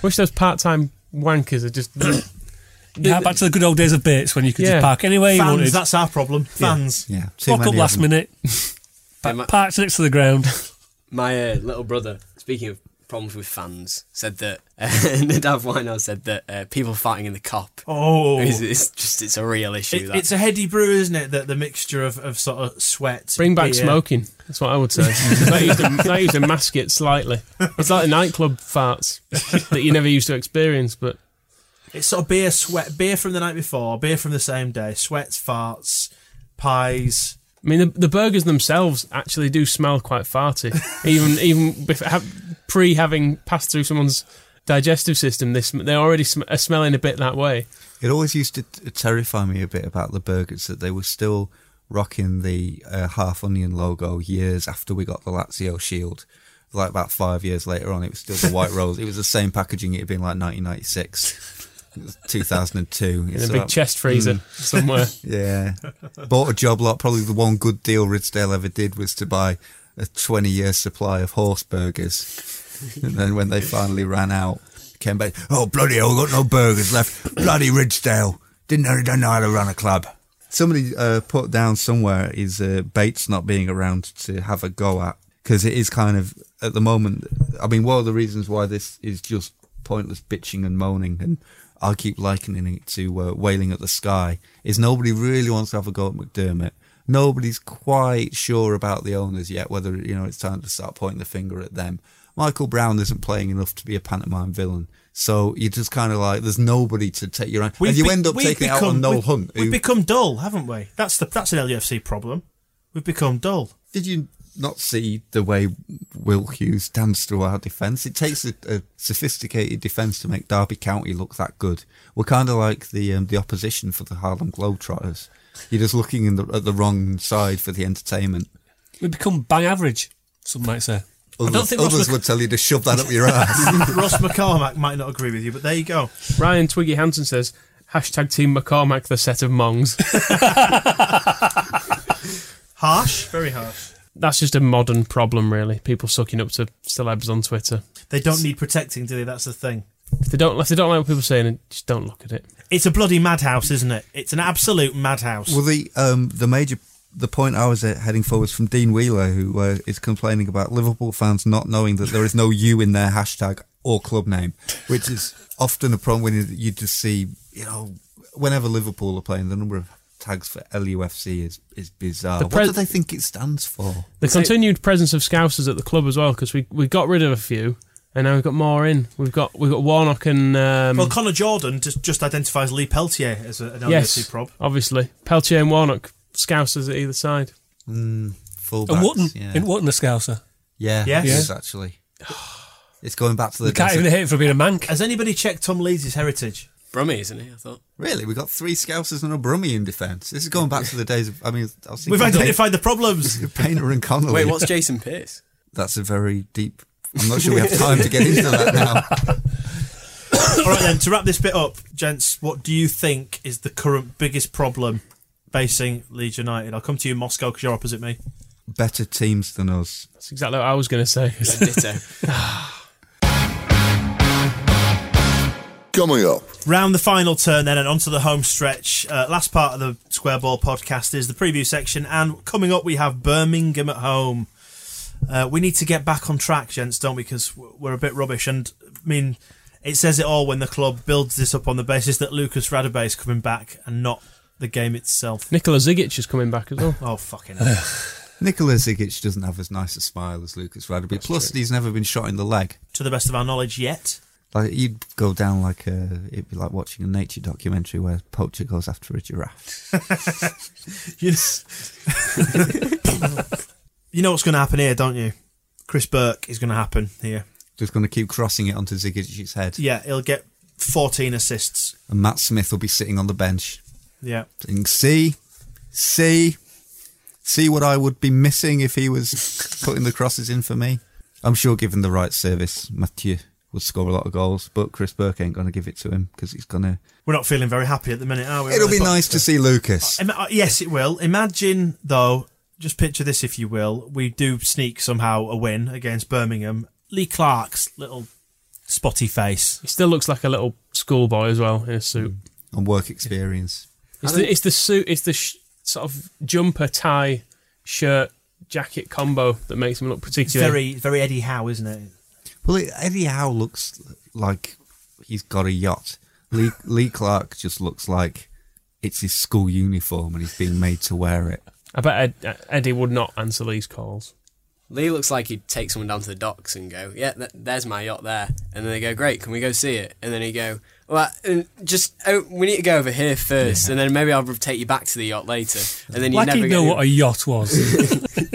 Speaker 4: wish those part-time wankers had just
Speaker 7: Yeah, back to the good old days of Bates when you could
Speaker 4: Yeah.
Speaker 7: just park anywhere you
Speaker 3: Fans,
Speaker 7: wanted.
Speaker 3: that's our problem. Fans.
Speaker 5: Yeah. too
Speaker 7: Fuck up
Speaker 5: many
Speaker 7: last
Speaker 5: of 'em.
Speaker 7: minute,
Speaker 6: Yeah, my-
Speaker 7: parked next to the ground.
Speaker 6: My uh, little brother, speaking of problems with fans, said that [laughs] uh, Nadav Winehouse said that uh, people farting in the cop
Speaker 3: Oh.
Speaker 6: is it's just it's a real issue.
Speaker 3: It-
Speaker 6: that.
Speaker 3: it's a heady brew, isn't it? That the mixture of, of sort of sweat,
Speaker 4: bring back
Speaker 3: beer.
Speaker 4: smoking that's what I would say they, used to, they used to mask it slightly it's like the nightclub farts that you never used to experience but
Speaker 3: It's sort of beer, sweat, beer from the night before, beer from the same day, sweats, farts, pies.
Speaker 4: I mean, the, the burgers themselves actually do smell quite farty. even even bef- ha- pre having passed through someone's digestive system, they sm- they're already sm- are smelling a bit that way.
Speaker 5: It always used to t- terrify me a bit about the burgers that they were still rocking the uh, half onion logo years after we got the Lazio shield. Like about five years later on, it was still
Speaker 7: [laughs]
Speaker 5: the white rose. It was the same packaging. It had been like 1996, It was 2002.
Speaker 4: In
Speaker 5: It's
Speaker 4: a big
Speaker 5: about-
Speaker 4: chest freezer somewhere.
Speaker 5: Yeah. Bought a job lot. Probably the one good deal Ridsdale ever did was to buy a 20 year supply of horse burgers. [laughs] And then when they finally ran out, came back, oh, bloody hell, got no burgers left. bloody Ridsdale. Didn't know, don't know how to run a club. Somebody uh, put down somewhere is uh, Bates not being around to have a go at because it is kind of, at the moment, I mean, one of the reasons why this is just pointless bitching and moaning and I keep likening it to uh, Wailing at the Sky, is nobody really wants to have a go at McDermott. Nobody's quite sure about the owners yet, whether you know it's time to start pointing the finger at them. Michael Brown isn't playing enough to be a pantomime villain, so you're just kind of like there's nobody to take your hand, and you
Speaker 3: be-
Speaker 5: end up
Speaker 3: we've
Speaker 5: taking it out
Speaker 3: become-
Speaker 5: on Noel
Speaker 3: we've-
Speaker 5: Hunt.
Speaker 3: We've
Speaker 5: who-
Speaker 3: become dull, haven't we? That's the that's an LUFC problem. We've become dull. [laughs]
Speaker 5: did you not see the way Will Hughes danced through our defence? It takes a, a sophisticated defence to make Derby County look that good. We're kind of like the um, the opposition for the Harlem Globetrotters. You're just looking in the, at the wrong side for the entertainment.
Speaker 7: We become bang average, some might say.
Speaker 5: Others,
Speaker 3: think Ross
Speaker 5: others
Speaker 3: Mc-
Speaker 5: would tell you to shove that up
Speaker 3: [laughs]
Speaker 5: your ass.
Speaker 3: Ross McCormack might not agree with you, but there you go.
Speaker 4: Ryan Twiggy Hansen says, hashtag Team McCormack, the set of mongs.
Speaker 3: Harsh, very harsh.
Speaker 4: That's just a modern problem, really. People sucking up to celebs on Twitter.
Speaker 3: They don't need protecting, do they? That's the thing.
Speaker 4: If they don't, if they don't like what people are saying, just don't look at it.
Speaker 3: It's a bloody madhouse, isn't it? It's an absolute madhouse.
Speaker 5: Well, the um, the major the point I was uh, heading for was from Dean Wheeler, who uh, is complaining about Liverpool fans not knowing that there is no U in their hashtag or club name, which is often a problem when you just see, you know, whenever Liverpool are playing, the number of tags for LUFC is is bizarre.
Speaker 4: The pres-
Speaker 5: what do they think it stands for?
Speaker 4: The continued presence of Scousers at the club as well, because we, we got rid of a few, and now we've got more in. We've got we've got Warnock and um,
Speaker 3: well, Connor Jordan just, just identifies Lee Peltier as a, an LUFC
Speaker 4: yes,
Speaker 3: prop.
Speaker 4: obviously Peltier and Warnock, Scousers at either side.
Speaker 5: Mm, fullbacks.
Speaker 7: And Wotton,
Speaker 5: Yeah.
Speaker 7: in Wotton the Scouser.
Speaker 5: yeah,
Speaker 3: Yes.
Speaker 5: it is actually. It's going back to
Speaker 7: You
Speaker 5: the
Speaker 7: can't even hit it for being a mank.
Speaker 3: Has anybody checked Tom Leeds' heritage?
Speaker 6: Brummy, isn't he? I thought.
Speaker 5: Really, we got three Scousers and a Brummie in defence. This is going back to the days of. I mean, I was
Speaker 3: We've
Speaker 5: thinking-
Speaker 3: identified
Speaker 5: [laughs]
Speaker 3: the problems.
Speaker 5: Painter and Connolly.
Speaker 6: Wait, what's Jason Pierce?
Speaker 5: That's a very deep. I'm not sure we have time to get into that now.
Speaker 3: All right, then, to wrap this bit up, gents, what do you think is the current biggest problem facing Leeds United? I'll come to you, Moscow, because you're opposite me.
Speaker 5: Better teams than us.
Speaker 4: That's exactly what I was going to say.
Speaker 6: Ditto.
Speaker 2: Coming up,
Speaker 3: Round the final turn, then, and onto the home stretch. Uh, last part of the Square Ball podcast is the preview section, and coming up, we have Birmingham at home. Uh, we need to get back on track, gents, don't we? Because we're a bit rubbish, and I mean, it says it all when the club builds this up on the basis that Lucas Radebe is coming back and not the game itself.
Speaker 4: Nikola Zigic is coming back as well.
Speaker 3: Oh fucking hell.
Speaker 5: Nikola Zigic doesn't have as nice a smile as Lucas Radebe. Plus, he's never been shot in the leg.
Speaker 3: to the best of our knowledge yet.
Speaker 5: Like you'd go down like a, it'd be like watching a nature documentary where a poacher goes after a giraffe.
Speaker 3: Yes. [laughs] you know what's going to happen here, don't you? Chris Burke is going to happen here.
Speaker 5: Just going to keep crossing it onto Zigic's head,
Speaker 3: Yeah, he'll get 14 assists.
Speaker 5: and Matt Smith will be sitting on the bench.
Speaker 3: Yeah.
Speaker 5: Saying, see, see, see what I would be missing if he was putting the crosses in for me. I'm sure, given the right service, Mathieu would score a lot of goals, but Chris Burke ain't going to give it to him because he's going to.
Speaker 3: We're not feeling very happy at the minute, are we?
Speaker 5: It'll be
Speaker 3: really? But-
Speaker 5: nice to see Lucas.
Speaker 3: [laughs] Ima- uh, yes, it will. Imagine, though, just picture this, if you will. We do sneak somehow a win against Birmingham. Lee Clark's little spotty face.
Speaker 4: He still looks like a little schoolboy as well in a suit.
Speaker 5: on work experience.
Speaker 4: It's the, it's the suit. It's the sh- sort of jumper, tie, shirt, jacket combo that makes him look
Speaker 3: It's
Speaker 4: particularly.
Speaker 3: very, very Eddie Howe, isn't it?
Speaker 5: Well, it, Eddie Howe looks like he's got a yacht. Lee, Lee Clark just looks like it's his school uniform and he's being made to wear it.
Speaker 4: I bet Ed, Eddie would not answer these calls.
Speaker 6: Lee looks like he'd take someone down to the docks and go, "Yeah, th- there's my yacht there," and then they go, "Great, can we go see it?" And then he go, "Well, uh, just oh, we need to go over here first, and then maybe I'll take you back to the yacht later." And then you
Speaker 7: Like
Speaker 6: never
Speaker 7: he'd
Speaker 6: get
Speaker 7: know
Speaker 6: any-
Speaker 7: what a yacht was.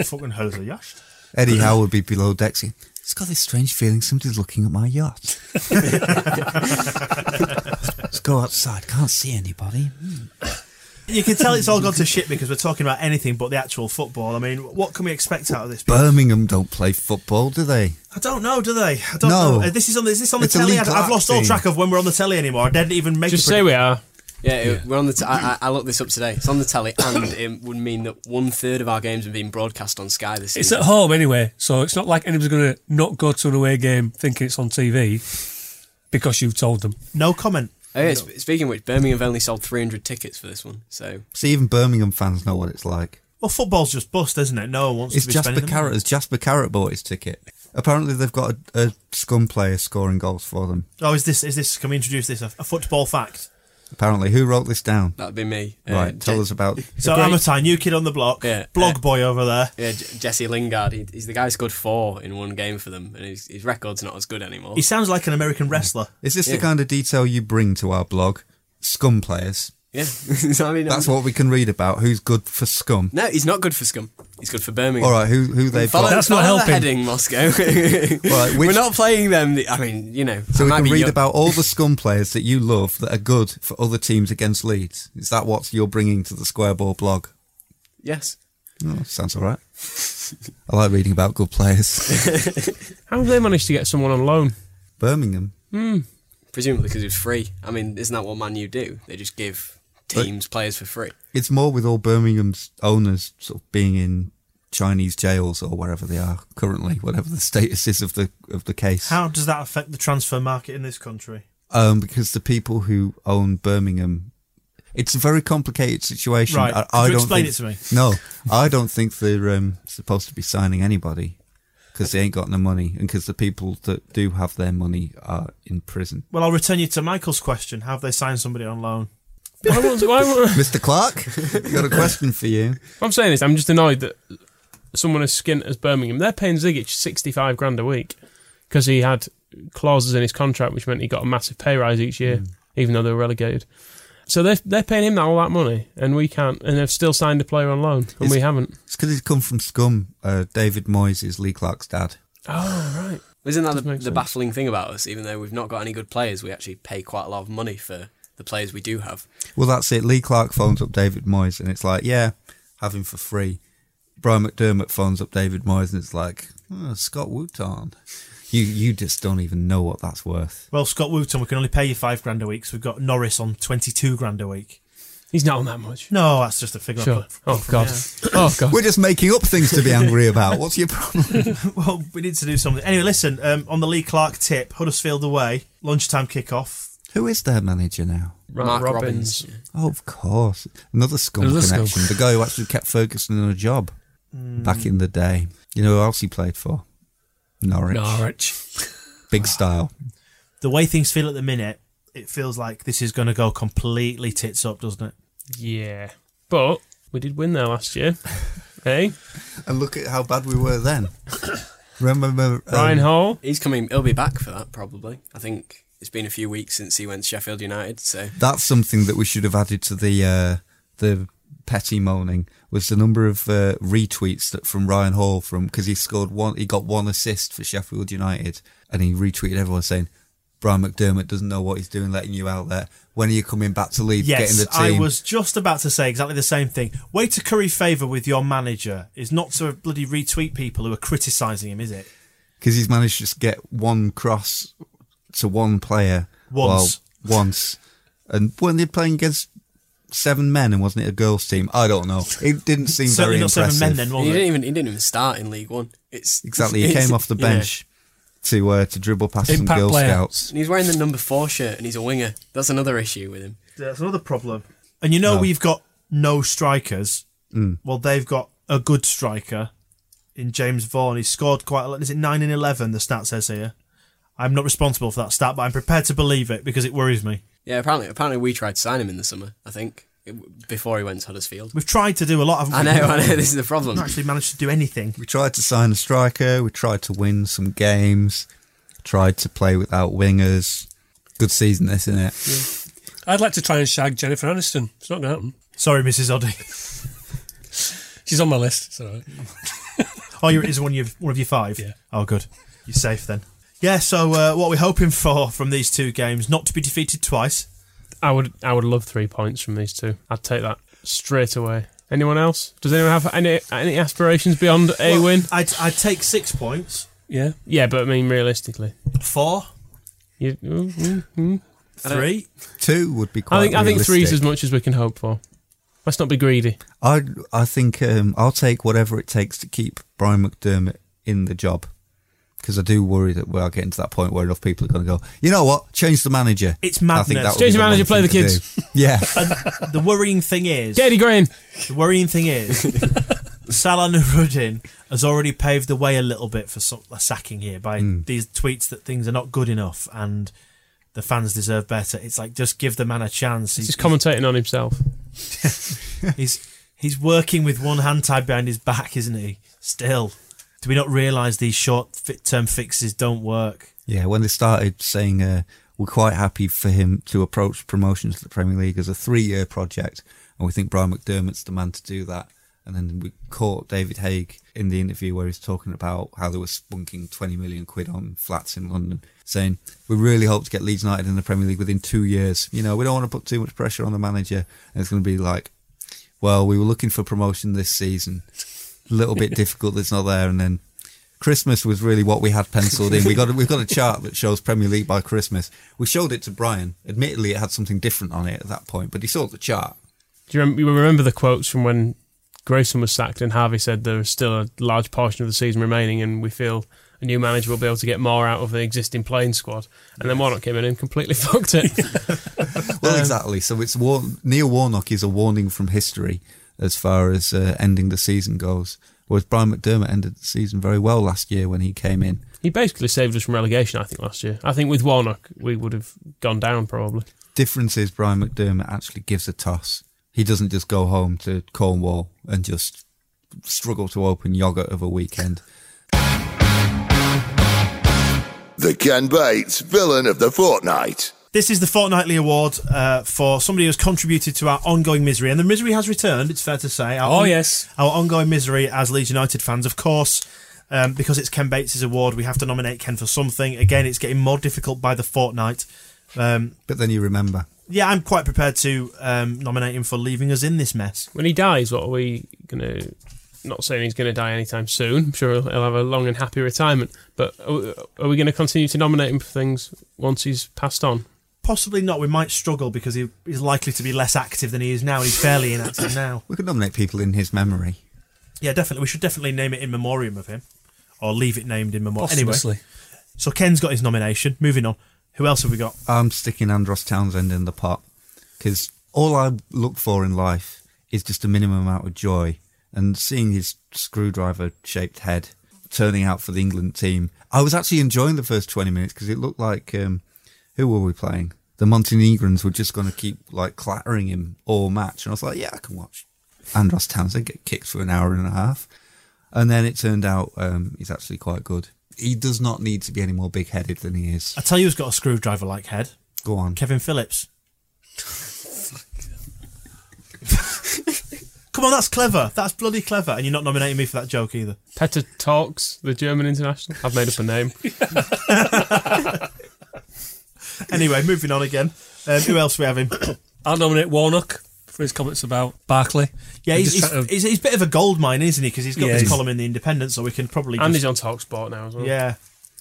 Speaker 3: Fucking Jose Yash.
Speaker 5: Eddie Howe would be below decks. saying, It's got this strange feeling somebody's looking at my yacht. Let's go outside. Can't see anybody.
Speaker 3: You can tell it's all gone to shit because we're talking about anything but the actual football. I mean, what can we expect out of this?
Speaker 5: Birmingham don't play football, do they?
Speaker 3: I don't know, do they? I don't
Speaker 5: No.
Speaker 3: know. Uh, This is on. Is this on the
Speaker 5: It's a
Speaker 3: telly?
Speaker 5: Lee
Speaker 3: I, have
Speaker 5: Clark
Speaker 3: lost all
Speaker 5: thing.
Speaker 3: track of when we're on the telly anymore. I didn't even make.
Speaker 4: Just
Speaker 3: a
Speaker 4: say we are.
Speaker 6: Yeah, it, we're on the. T- I, I, I looked this up today. It's on the telly, and it would mean that one third of our games have been broadcast on Sky this
Speaker 7: it's
Speaker 6: season.
Speaker 7: at home anyway, so it's not like anybody's going to not go to an away game thinking it's on TV because you've told them.
Speaker 3: no comment.
Speaker 6: oh, yeah, sp- speaking of which, Birmingham have only sold 300 tickets for this one, so
Speaker 5: See, even Birmingham fans know what it's like.
Speaker 3: Well, football's just bust, isn't it? No one wants
Speaker 5: It's
Speaker 3: to be
Speaker 5: Jasper
Speaker 3: spending the
Speaker 5: Carrot. Has Jasper Carrot bought his ticket? Apparently, they've got a, a scum player scoring goals for them.
Speaker 3: Oh, is this? Is this? Can we introduce this? A, a football fact.
Speaker 5: Apparently, who wrote this down?
Speaker 6: that'd be me. Uh,
Speaker 5: Right, tell
Speaker 6: Je-
Speaker 5: us about.
Speaker 3: So
Speaker 6: great-
Speaker 3: Amatai, new kid on the block,
Speaker 6: Yeah,
Speaker 3: blog
Speaker 6: uh,
Speaker 3: boy over there.
Speaker 6: Yeah, J- Jesse Lingard. He, he's the guy who scored four in one game for them, and his, his record's not as good anymore.
Speaker 3: He sounds like an American wrestler.
Speaker 5: Is this
Speaker 6: Yeah.
Speaker 5: the kind of detail you bring to our blog? Scum players.
Speaker 6: yeah, [laughs] I mean,
Speaker 5: That's
Speaker 6: um,
Speaker 5: what we can read about. Who's good for scum?
Speaker 6: No, he's not good for scum. He's good for Birmingham.
Speaker 5: All right, who who they've
Speaker 6: Follow,
Speaker 5: got?
Speaker 7: That's not
Speaker 6: follow the
Speaker 7: helping.
Speaker 6: Heading Moscow. [laughs]
Speaker 5: Right,
Speaker 6: We're
Speaker 5: which-
Speaker 6: not playing them. The, I mean, you know,
Speaker 5: So
Speaker 6: I
Speaker 5: we
Speaker 6: might
Speaker 5: can
Speaker 6: be
Speaker 5: read
Speaker 6: young-
Speaker 5: about all the scum players that you love that are good for other teams against Leeds. Is that what you're bringing to the Square Ball blog?
Speaker 6: Yes,
Speaker 5: Oh, sounds all right. I like reading about good players.
Speaker 4: How have they managed to get someone on loan?
Speaker 5: Birmingham.
Speaker 6: presumably because it was free. I mean, isn't that what Man U do? They just give teams players for free.
Speaker 5: It's more with all Birmingham's owners sort of being in Chinese jails or wherever they are currently, whatever the status is of the of the case.
Speaker 3: How does that affect the transfer market in this country?
Speaker 5: um, because the people who own Birmingham, it's a very complicated situation.
Speaker 3: Right.
Speaker 5: I,
Speaker 3: Could
Speaker 5: I
Speaker 3: you
Speaker 5: don't
Speaker 3: explain
Speaker 5: think-
Speaker 3: it to me?
Speaker 5: [laughs] No, I don't think they're um, supposed to be signing anybody because they ain't got no money, and because the people that do have their money are in prison.
Speaker 3: Well, I'll return you to Michael's question. Have they signed somebody on loan?
Speaker 4: Why won't- why won't- [laughs]
Speaker 5: Mr. Clark, I've got a question for you.
Speaker 4: I'm saying this. I'm just annoyed that someone as skint as Birmingham, they're paying Zigic 65 grand a week because he had clauses in his contract which meant he got a massive pay rise each year, even though they were relegated. So they're, they're paying him that, all that money, and we can't, and they've still signed a player on loan, and
Speaker 5: Is-
Speaker 4: we haven't.
Speaker 5: It's because he's come from Scum. Uh, David Moyes is Lee Clark's dad.
Speaker 4: Oh, right.
Speaker 6: Isn't that
Speaker 4: Does
Speaker 6: the,
Speaker 4: make
Speaker 6: the
Speaker 4: sense.
Speaker 6: baffling thing about us? Even though we've not got any good players, we actually pay quite a lot of money for the players we do have.
Speaker 5: Well, that's it. Lee Clark phones up David Moyes, and it's like, yeah, have him for free. Brian McDermott phones up David Moyes, and it's like, oh, Scott Wooton. You you just don't even know what that's worth.
Speaker 3: Well, Scott Wooton, we can only pay you five grand a week, so we've got Norris on 22 grand a week.
Speaker 4: He's not on that much.
Speaker 3: No, that's just a figure. I
Speaker 4: Sure.
Speaker 3: put-
Speaker 4: Oh, God. Oh, God.
Speaker 5: We're just making up things to be angry about. What's your problem?
Speaker 3: [laughs]
Speaker 5: [laughs]
Speaker 3: Well, we need to do something. Anyway, listen, um, on the Lee Clark tip, Huddersfield away, lunchtime kickoff.
Speaker 5: Who is their manager now?
Speaker 4: Ra-
Speaker 6: Mark Robbins.
Speaker 5: Oh, of course, another scum
Speaker 7: Another scum.
Speaker 5: connection. The guy who actually kept Ferguson on a job back in the day. You know who else he played for? Norwich.
Speaker 7: Norwich.
Speaker 5: Big style.
Speaker 3: The way things feel at the minute, it feels like this is going to go completely tits up, doesn't it?
Speaker 4: Yeah. But we did win there last [laughs] year. hey?
Speaker 5: And look at how bad we were then. Remember, um,
Speaker 4: Ryan Hall?
Speaker 6: He's coming. He'll be back for that probably. I think it's been a few weeks since he went to Sheffield United. So
Speaker 5: that's something that we should have added to the uh, the petty moaning was the number of uh, retweets that from Ryan Hall from because he scored one he got one assist for Sheffield United and he retweeted everyone saying Brian McDermott doesn't know what he's doing letting you out there when are you coming back to lead getting the
Speaker 3: Yes,
Speaker 5: team
Speaker 3: I was just about to say exactly the same thing. Way to curry favour with your manager is not to bloody retweet people who are criticising him, is it?
Speaker 5: because he's managed to just get one cross to one player
Speaker 3: Once.
Speaker 5: Well, once, and when they're playing against seven men, and wasn't it a girls' team? I don't know. It didn't seem
Speaker 3: Certainly
Speaker 5: very
Speaker 3: not
Speaker 5: impressive.
Speaker 3: seven men then,
Speaker 6: and
Speaker 3: was
Speaker 6: he didn't
Speaker 3: it?
Speaker 6: even he didn't even start in League One. It's [laughs]
Speaker 5: Exactly, he
Speaker 6: it's-
Speaker 5: came off the
Speaker 6: you know.
Speaker 5: bench to uh, to dribble past some
Speaker 7: Impact
Speaker 5: Girl
Speaker 7: player.
Speaker 5: Scouts.
Speaker 6: And he's wearing the number four shirt, and he's a winger. That's another issue with him.
Speaker 3: That's another problem. And you know we've got no strikers.
Speaker 5: Mm.
Speaker 3: Well, they've got a good striker in James Vaughan. He scored quite a lot. Is it 9 and 11, the stat says here? I'm not responsible for that stat, but I'm prepared to believe it because it worries me.
Speaker 6: Yeah, apparently, apparently we tried to sign him in the summer. I think it- before he went to Huddersfield.
Speaker 3: We've tried to do a lot, haven't
Speaker 6: I
Speaker 3: we?
Speaker 6: know, I know. This is the
Speaker 5: [laughs]
Speaker 6: problem.
Speaker 3: Not actually managed to do anything.
Speaker 5: We tried to sign a striker. We tried to win some games. Tried to play without wingers. Good season, this isn't it?
Speaker 7: I'd like to try and shag Jennifer Aniston. It's not going to happen.
Speaker 3: Sorry, Mrs. Oddie.
Speaker 7: She's on my list. It's all right.
Speaker 3: [laughs] Oh, you're, is one of your, one of your five?
Speaker 7: Yeah.
Speaker 3: Oh, good. You're safe then. Yeah. So, uh, what we're hoping for from these two games, not to be defeated twice.
Speaker 4: I would I would love three points from these two. I'd take that straight away. Anyone else? Does anyone have any any aspirations beyond a
Speaker 3: Well,
Speaker 4: win?
Speaker 3: I'd, I'd take six points.
Speaker 7: Yeah.
Speaker 4: Yeah, but I mean realistically,
Speaker 3: Four,
Speaker 4: you, mm, mm, mm.
Speaker 6: don't-
Speaker 3: three.
Speaker 5: Two would be quite.
Speaker 4: I think I think three's
Speaker 5: realistic.
Speaker 4: as much as we can hope for. Let's not be greedy.
Speaker 5: I I think um, I'll take whatever it takes to keep Brian McDermott in the job because I do worry that we're getting to that point where enough people are going to go. You know what? Change the manager.
Speaker 3: It's
Speaker 5: I think
Speaker 3: madness.
Speaker 5: that would
Speaker 4: Change
Speaker 5: be
Speaker 4: the manager,
Speaker 5: one
Speaker 4: play the
Speaker 5: thing to
Speaker 4: kids.
Speaker 5: do. [laughs]
Speaker 4: [laughs]
Speaker 5: yeah,
Speaker 3: The worrying thing is,
Speaker 4: Katie Green.
Speaker 3: the worrying thing is, Salah Nuruddin has already paved the way a little bit for so- a sacking here by these tweets that things are not good enough and the fans deserve better. It's like just give the man a chance.
Speaker 4: He's
Speaker 3: He's
Speaker 4: just commentating on himself.
Speaker 3: He's he's working with one hand tied behind his back, isn't he? Still, do we not realise these short fit term fixes don't work?
Speaker 5: yeah. When they started saying uh, we're quite happy for him to approach promotion to the Premier League as a three-year project, and we think Brian McDermott's the man to do that. And then we caught David Haig in the interview where he's talking about how they were spunking 20 million quid on flats in London, saying, We really hope to get Leeds United in the Premier League within two years. You know, we don't want to put too much pressure on the manager. And it's going to be like, Well, we were looking for promotion this season. A little bit difficult, it's not there. And then Christmas was really what we had penciled in. We got a, we've got a chart that shows Premier League by Christmas. We showed it to Brian. Admittedly, it had something different on it at that point, but he saw the chart.
Speaker 4: Do you, rem- you remember the quotes from when Grayson was sacked and Harvey said there is still a large portion of the season remaining, and we feel a new manager will be able to get more out of the existing playing squad. And then Warnock came in and completely [laughs] fucked it.
Speaker 5: Well, exactly. So it's war- Neil Warnock is a warning from history as far as uh, ending the season goes. Whereas Brian McDermott ended the season very well last year when he came in.
Speaker 4: he basically saved us from relegation, I think, last year. I think with Warnock, we would have gone down probably.
Speaker 5: Difference is Brian McDermott actually gives a toss. He doesn't just go home to Cornwall and just struggle to open yogurt of a weekend.
Speaker 2: The Ken Bates Villain of the Fortnight.
Speaker 3: This is the fortnightly award uh, for somebody who's contributed to our ongoing misery, and the misery has returned. It's fair to say. Our
Speaker 7: Oh, yes.
Speaker 3: our ongoing misery as Leeds United fans, of course. Um, because it's Ken Bates's award, we have to nominate Ken for something. Again, it's getting more difficult by the fortnight. Um,
Speaker 5: But then you remember.
Speaker 3: yeah, I'm quite prepared to um, nominate him for leaving us in this mess.
Speaker 4: When he dies, what are we going to. Not saying he's going to die anytime soon. I'm sure he'll he'll have a long and happy retirement. But are we- are we going to continue to nominate him for things once he's passed on?
Speaker 3: Possibly not. We might struggle because he is likely to be less active than he is now. He's fairly inactive now.
Speaker 5: We could nominate people in his memory.
Speaker 3: Yeah, definitely. We should definitely name it in memoriam of him, or leave it named in memoriam. Anyway,
Speaker 7: Posthumously.
Speaker 3: so Ken's got his nomination. Moving on. Who else have we got?
Speaker 5: I'm sticking Andros Townsend in the pot because all I look for in life is just a minimum amount of joy. And seeing his screwdriver shaped head turning out for the England team, I was actually enjoying the first 20 minutes because it looked like um, who were we playing? The Montenegrins were just going to keep like clattering him all match. And I was like, yeah, I can watch Andros Townsend get kicked for an hour and a half. And then it turned out um, he's actually quite good. He does not need to be any more big headed than he is.
Speaker 3: I tell you, who's got a screwdriver-like head?
Speaker 5: Go on.
Speaker 3: Kevin Phillips. [laughs] Come on, that's clever. That's bloody clever. And you're not nominating me for that joke either.
Speaker 4: Petter Talks, the German international. I've made up a name.
Speaker 3: Anyway, moving on again. Um, who else we have him?
Speaker 7: I'll nominate Warnock for his comments about Barkley.
Speaker 3: Yeah, he's,
Speaker 7: just
Speaker 3: he's,
Speaker 7: trying to-
Speaker 3: he's, he's a bit of a gold mine, isn't he? Because he's got
Speaker 7: Yeah,
Speaker 3: this
Speaker 7: he's-
Speaker 3: column in the Independent, so we can probably.
Speaker 4: and
Speaker 3: just-
Speaker 4: he's on Talksport now as well.
Speaker 3: yeah.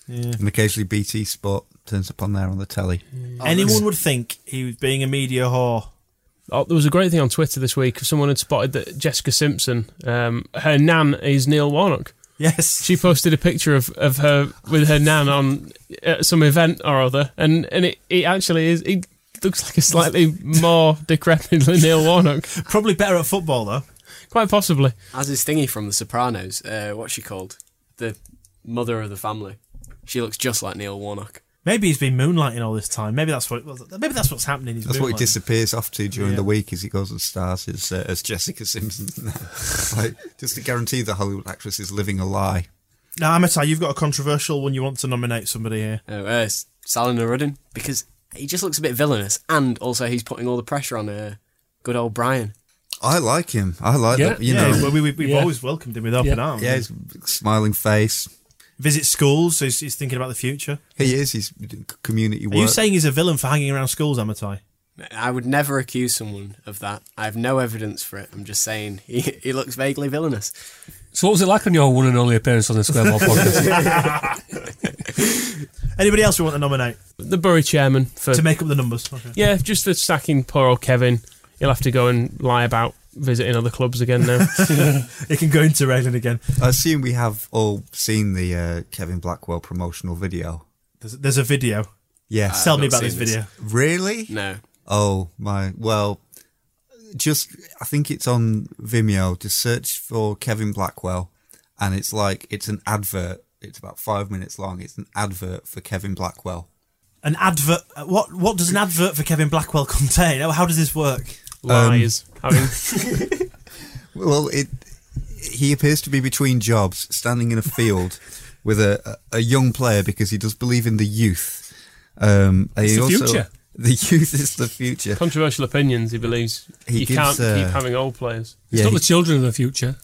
Speaker 5: And occasionally BT Sport turns up on there on the telly.
Speaker 3: Anyone would think he was being a media whore.
Speaker 4: Oh, there was a great thing on Twitter this week. Someone had spotted that Jessica Simpson, um, her nan is Neil Warnock.
Speaker 3: Yes.
Speaker 4: She posted a picture of, of her with her nan on at some event or other, and, and it, it actually is. It looks like a slightly more decrepit Neil Warnock,
Speaker 3: probably better at football, though.
Speaker 4: quite possibly.
Speaker 6: As is Thingy from The Sopranos. Uh, what's she called? The mother of the family. She looks just like Neil Warnock.
Speaker 3: Maybe he's been moonlighting all this time. Maybe that's what. Maybe that's what's happening. He's
Speaker 5: That's what he
Speaker 3: moonlighting.
Speaker 5: disappears off to during
Speaker 3: Yeah.
Speaker 5: the week as he goes and stars as, uh, as Jessica Simpson. [laughs] like, just to guarantee the Hollywood actress is living a lie.
Speaker 3: Now, Amitai, you've got a controversial one. You want to nominate somebody here?
Speaker 6: Oh, uh, S- Salah Nuruddin because he just looks a bit villainous, and also he's putting all the pressure on uh, good old Brian.
Speaker 5: I like him. I like
Speaker 7: Yeah.
Speaker 5: that. You
Speaker 3: yeah,
Speaker 5: know,
Speaker 3: we, we, we've
Speaker 7: Yeah.
Speaker 3: always welcomed him with open
Speaker 7: Yeah.
Speaker 3: arms.
Speaker 5: yeah, his smiling face.
Speaker 3: Visit schools, so he's, he's thinking about the future.
Speaker 5: He is. He's community
Speaker 3: Are
Speaker 5: work.
Speaker 3: you saying he's a villain for hanging around schools, Amitai?
Speaker 6: I would never accuse someone of that. I have no evidence for it. I'm just saying [laughs] he, he looks vaguely villainous.
Speaker 7: So, what was it like on your one and only appearance on the Square Ball [laughs] podcast?
Speaker 3: Anybody else we want to nominate
Speaker 4: The Bury chairman for
Speaker 3: to make up the numbers? Okay.
Speaker 4: yeah, just the sacking poor old Kevin. He'll have to go and lie about visiting other clubs again
Speaker 5: [laughs]
Speaker 4: now.
Speaker 3: It can go into railing again.
Speaker 5: I assume we have all seen the uh, Kevin Blackwell promotional video.
Speaker 3: There's, there's a video.
Speaker 5: Yes.
Speaker 3: Tell me
Speaker 6: not
Speaker 3: about this
Speaker 6: seen this.
Speaker 3: video.
Speaker 5: really?
Speaker 6: No,
Speaker 5: Oh my! Well, just I think it's on Vimeo. Just search for Kevin Blackwell, and it's like it's an advert. It's about five minutes long. It's an advert for Kevin Blackwell.
Speaker 3: An advert. uh, What what does an advert for Kevin Blackwell contain? How- How does this work?
Speaker 5: Um,
Speaker 4: Lies. Having
Speaker 5: Well, it he appears to be between jobs, standing in a field [laughs] with a a a young player because he does believe in the youth. Um, and
Speaker 7: It's
Speaker 5: he
Speaker 7: the
Speaker 5: also-
Speaker 7: future.
Speaker 5: [laughs] The youth is the future.
Speaker 4: controversial opinions, he believes
Speaker 5: He
Speaker 4: you
Speaker 5: gives,
Speaker 4: can't
Speaker 5: uh,
Speaker 4: keep having old players.
Speaker 7: It's
Speaker 5: Yeah,
Speaker 7: not
Speaker 5: he-
Speaker 7: the children of the future.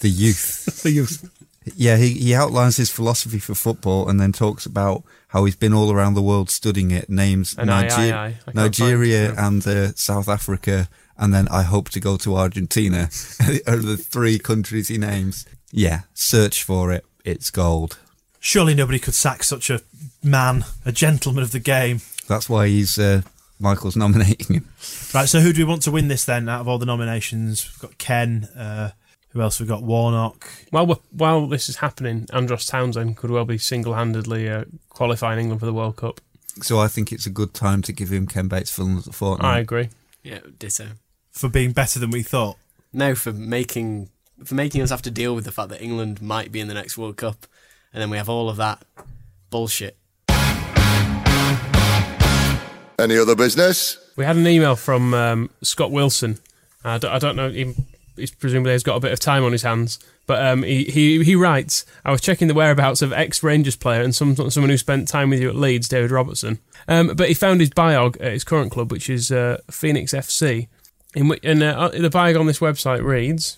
Speaker 5: the youth.
Speaker 4: [laughs]
Speaker 7: The youth.
Speaker 5: Yeah, he, he outlines his philosophy for football and then talks about how he's been all around the world studying it, names
Speaker 4: And I- I- I- I can't
Speaker 5: Nigeria
Speaker 4: find-
Speaker 5: and uh, South Africa, and then I hope to go to Argentina [laughs] are the three countries he names. Yeah, search for it. It's gold.
Speaker 3: Surely nobody could sack such a man, a gentleman of the game.
Speaker 5: That's why he's uh, Michael's nominating him.
Speaker 3: Right. So who do we want to win this then? Out of all the nominations, we've got Ken. Uh, Who else we got? Warnock.
Speaker 4: While we're, while this is happening, Andros Townsend could well be single-handedly uh, qualifying England for the World Cup.
Speaker 5: So I think it's a good time to give him Ken Bates Fulham at the
Speaker 4: I
Speaker 5: fortnight.
Speaker 4: agree.
Speaker 6: Yeah, ditto.
Speaker 3: For being better than we thought.
Speaker 6: No, for making for making us have to deal with the fact that England might be in the next World Cup, and then we have all of that bullshit.
Speaker 2: Any other business?
Speaker 4: We had an email from um, Scott Wilson. I don't, I don't know. He, he's presumably has got a bit of time on his hands, but um, he, he he writes. I was checking the whereabouts of ex Rangers player and some someone who spent time with you at Leeds, David Robertson. Um, but he found his biog at his current club, which is uh, Phoenix FC. In which, and uh, the biog on this website reads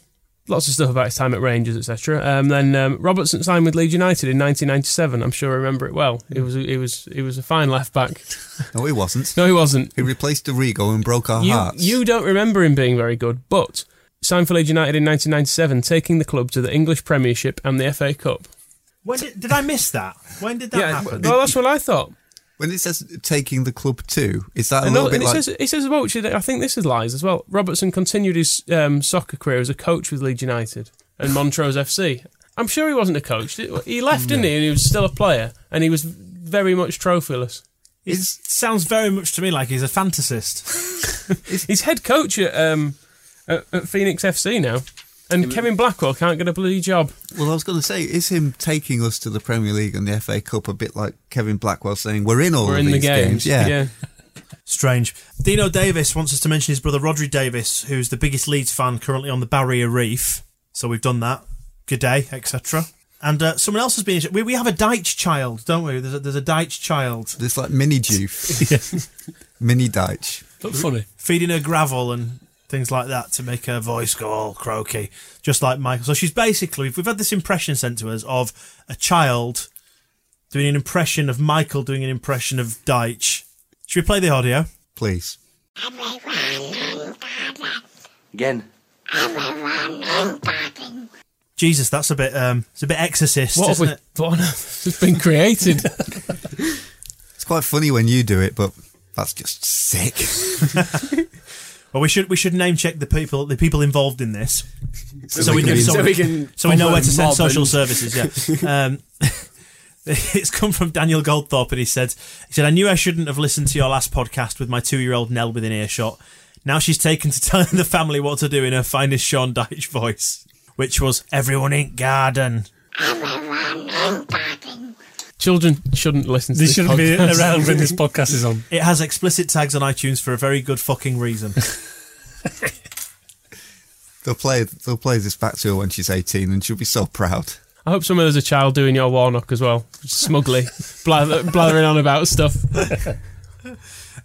Speaker 4: lots of stuff about his time at Rangers, etc. Um, then um, Robertson signed with Leeds United in 1997. I'm sure I remember it well. It was it was it was a fine left back.
Speaker 5: No, he wasn't.
Speaker 4: No, he wasn't.
Speaker 5: He replaced Arrigo and broke our
Speaker 4: you,
Speaker 5: hearts.
Speaker 4: You don't remember him being very good, but signed for Leeds United in 1997, taking the club to the English Premiership and the FA Cup.
Speaker 3: When did, did I miss that? When did that happen?
Speaker 4: well, that's what I thought.
Speaker 5: When it says taking the club to, is that a
Speaker 4: And,
Speaker 5: little
Speaker 4: no-
Speaker 5: bit
Speaker 4: and
Speaker 5: like?
Speaker 4: it, says, it says as well, which is- I think this is lies as well. Robertson continued his um, soccer career as a coach with Leeds United and Montrose FC. I'm sure he wasn't a coach. He left, didn't he? And he was still a player, and he was very much trophyless.
Speaker 3: it sounds very much to me like he's a fantasist.
Speaker 4: He's head coach at, um, at, at Phoenix FC now, and Kevin Blackwell can't get a bloody job.
Speaker 5: well, I was going to say, is him taking us to the Premier League and the FA Cup a bit like Kevin Blackwell saying we're in all
Speaker 4: We're
Speaker 5: of
Speaker 4: in the
Speaker 5: these games?
Speaker 4: games.
Speaker 5: Yeah.
Speaker 4: yeah.
Speaker 3: Strange. Dino Davis wants us to mention his brother Rodri Davis, who's the biggest Leeds fan currently on the Barrier Reef. So we've done that. Good day, etc. And uh, someone else has been. We, we have a Deitch child, don't we? There's a, there's a Deitch child
Speaker 5: It's like mini Juve,
Speaker 4: [laughs]
Speaker 5: [laughs] mini Deitch.
Speaker 7: Look funny.
Speaker 3: feeding her gravel and things like that to make her voice go all croaky, just like Michael. So she's basically. We've had this impression sent to us of a child doing an impression of Michael doing an impression of Deitch. Should we play the audio?
Speaker 5: Please.
Speaker 9: Again.
Speaker 3: Jesus, that's a bit. Um, it's a bit Exorcist,
Speaker 4: What have
Speaker 3: isn't
Speaker 4: we?
Speaker 3: it?
Speaker 4: What on [laughs] earth has been created?
Speaker 5: It's quite funny when you do it, but that's just sick. [laughs]
Speaker 3: Well, we should we should name check the people the people involved in this,
Speaker 5: so,
Speaker 3: we can-
Speaker 6: so we can
Speaker 3: so we know where to send
Speaker 6: proper mob
Speaker 3: social
Speaker 6: and-
Speaker 3: services. Yeah, um, [laughs] it's come from Daniel Goldthorpe, and he said he said I knew I shouldn't have listened to your last podcast with my two year old Nell within earshot. Now she's taken to [laughs] telling the family what to do in her finest Sean Dyche voice, which was "Everyone ain't garden."
Speaker 4: Children shouldn't listen to
Speaker 7: They
Speaker 4: this
Speaker 7: shouldn't be
Speaker 4: podcast. [laughs]
Speaker 7: around when this podcast is on.
Speaker 3: It has explicit tags on iTunes for a very good fucking reason.
Speaker 5: they'll play. They'll play this back to her when she's eighteen, and she'll be so proud.
Speaker 4: I hope someone there's a child doing your Warnock as well, [laughs] smugly blather, blathering on about stuff.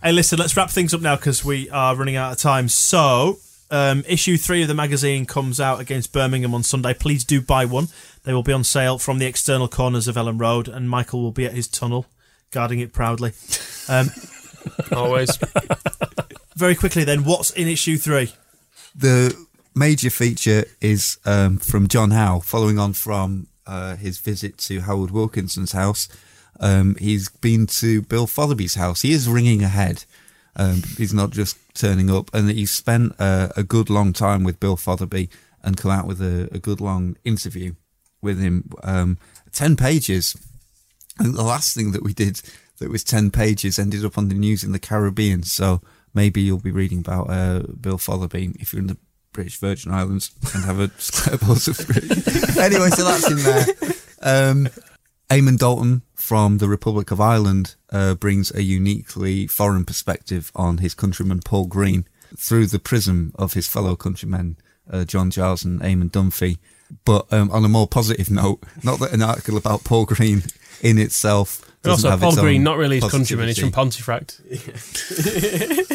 Speaker 3: Hey, listen, let's wrap things up now because we are running out of time. So, um, issue three of the magazine comes out against Birmingham on Sunday. Please do buy one. They will be on sale from the external corners of Ellen Road, and Michael will be at his tunnel, guarding it proudly. Um,
Speaker 4: Always.
Speaker 3: very quickly, then, what's in issue three?
Speaker 5: the major feature is um, from John Howe, following on from uh, his visit to Howard Wilkinson's house. Um, he's been to Bill Fotherby's house. He is ringing ahead. Um, he's not just turning up, and he spent uh, a good long time with Bill Fotherby and come out with a, a good long interview with him. Um, Ten pages. I think the last thing that we did that was 10 pages ended up on the news in the Caribbean. So maybe you'll be reading about uh, Bill Fotherby if you're in the British Virgin Islands and have a [laughs] square balls of [laughs] Anyway, so that's in there. Um, Eamon Dalton from the Republic of Ireland uh, brings a uniquely foreign perspective on his countryman Paul Green through the prism of his fellow countrymen uh, John Giles and Eamon Dunphy. But um, on a more positive note, not that an article about Paul Green in itself.
Speaker 4: And
Speaker 5: doesn't
Speaker 4: also,
Speaker 5: have
Speaker 4: Paul
Speaker 5: its own
Speaker 4: Green, not really his countryman, he's
Speaker 5: positivity.
Speaker 4: from Pontefract.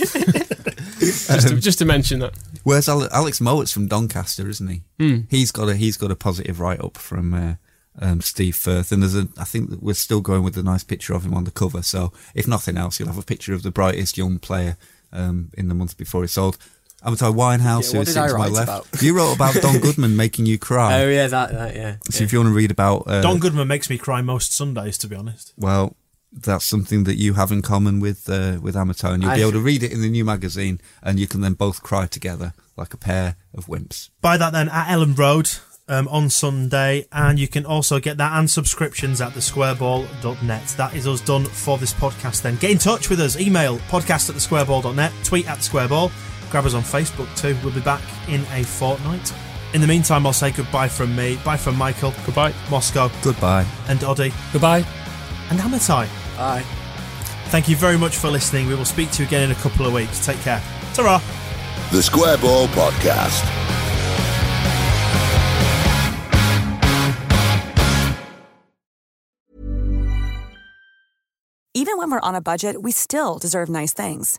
Speaker 5: [laughs]
Speaker 4: just, to, just to mention that.
Speaker 5: Whereas Ale- Alex Mowat's from Doncaster, isn't he? He's got a he's got a positive write up from uh, um, Steve Firth, and there's a I think that we're still going with a nice picture of him on the cover. So if nothing else, you'll have a picture of the brightest young player um, in the month before it's sold. Amatai Winehouse,
Speaker 6: Yeah,
Speaker 5: who
Speaker 6: what
Speaker 5: is
Speaker 6: did I
Speaker 5: sitting to my
Speaker 6: write
Speaker 5: left.
Speaker 6: about?
Speaker 5: You wrote about
Speaker 6: [laughs]
Speaker 5: Don Goodman making you cry.
Speaker 6: Oh yeah, that, that yeah.
Speaker 5: So if you want to read about uh,
Speaker 3: Don Goodman makes me cry most Sundays, to be honest.
Speaker 5: well, that's something that you have in common with uh, with Amato, and you'll be
Speaker 6: I-
Speaker 5: able to read it in the new magazine, and you can then both cry together like a pair of wimps.
Speaker 3: Buy that then at Ellen Road um, on Sunday, and you can also get that and subscriptions at thesquareball.net. That is us done for this podcast then. Get in touch with us, email podcast at thesquareball.net, tweet at squareball, grab us on Facebook too. We'll be back in a fortnight. In the meantime, I'll say goodbye from me, bye from Michael, goodbye, Moscow,
Speaker 5: Goodbye.
Speaker 3: and Oddy,
Speaker 7: Goodbye.
Speaker 3: and Hamatai.
Speaker 6: Bye.
Speaker 3: Thank you very much for listening. We will speak to you again in a couple of weeks. Take care. Ta-ra.
Speaker 2: The Square Ball Podcast.
Speaker 1: Even when we're on a budget, we still deserve nice things.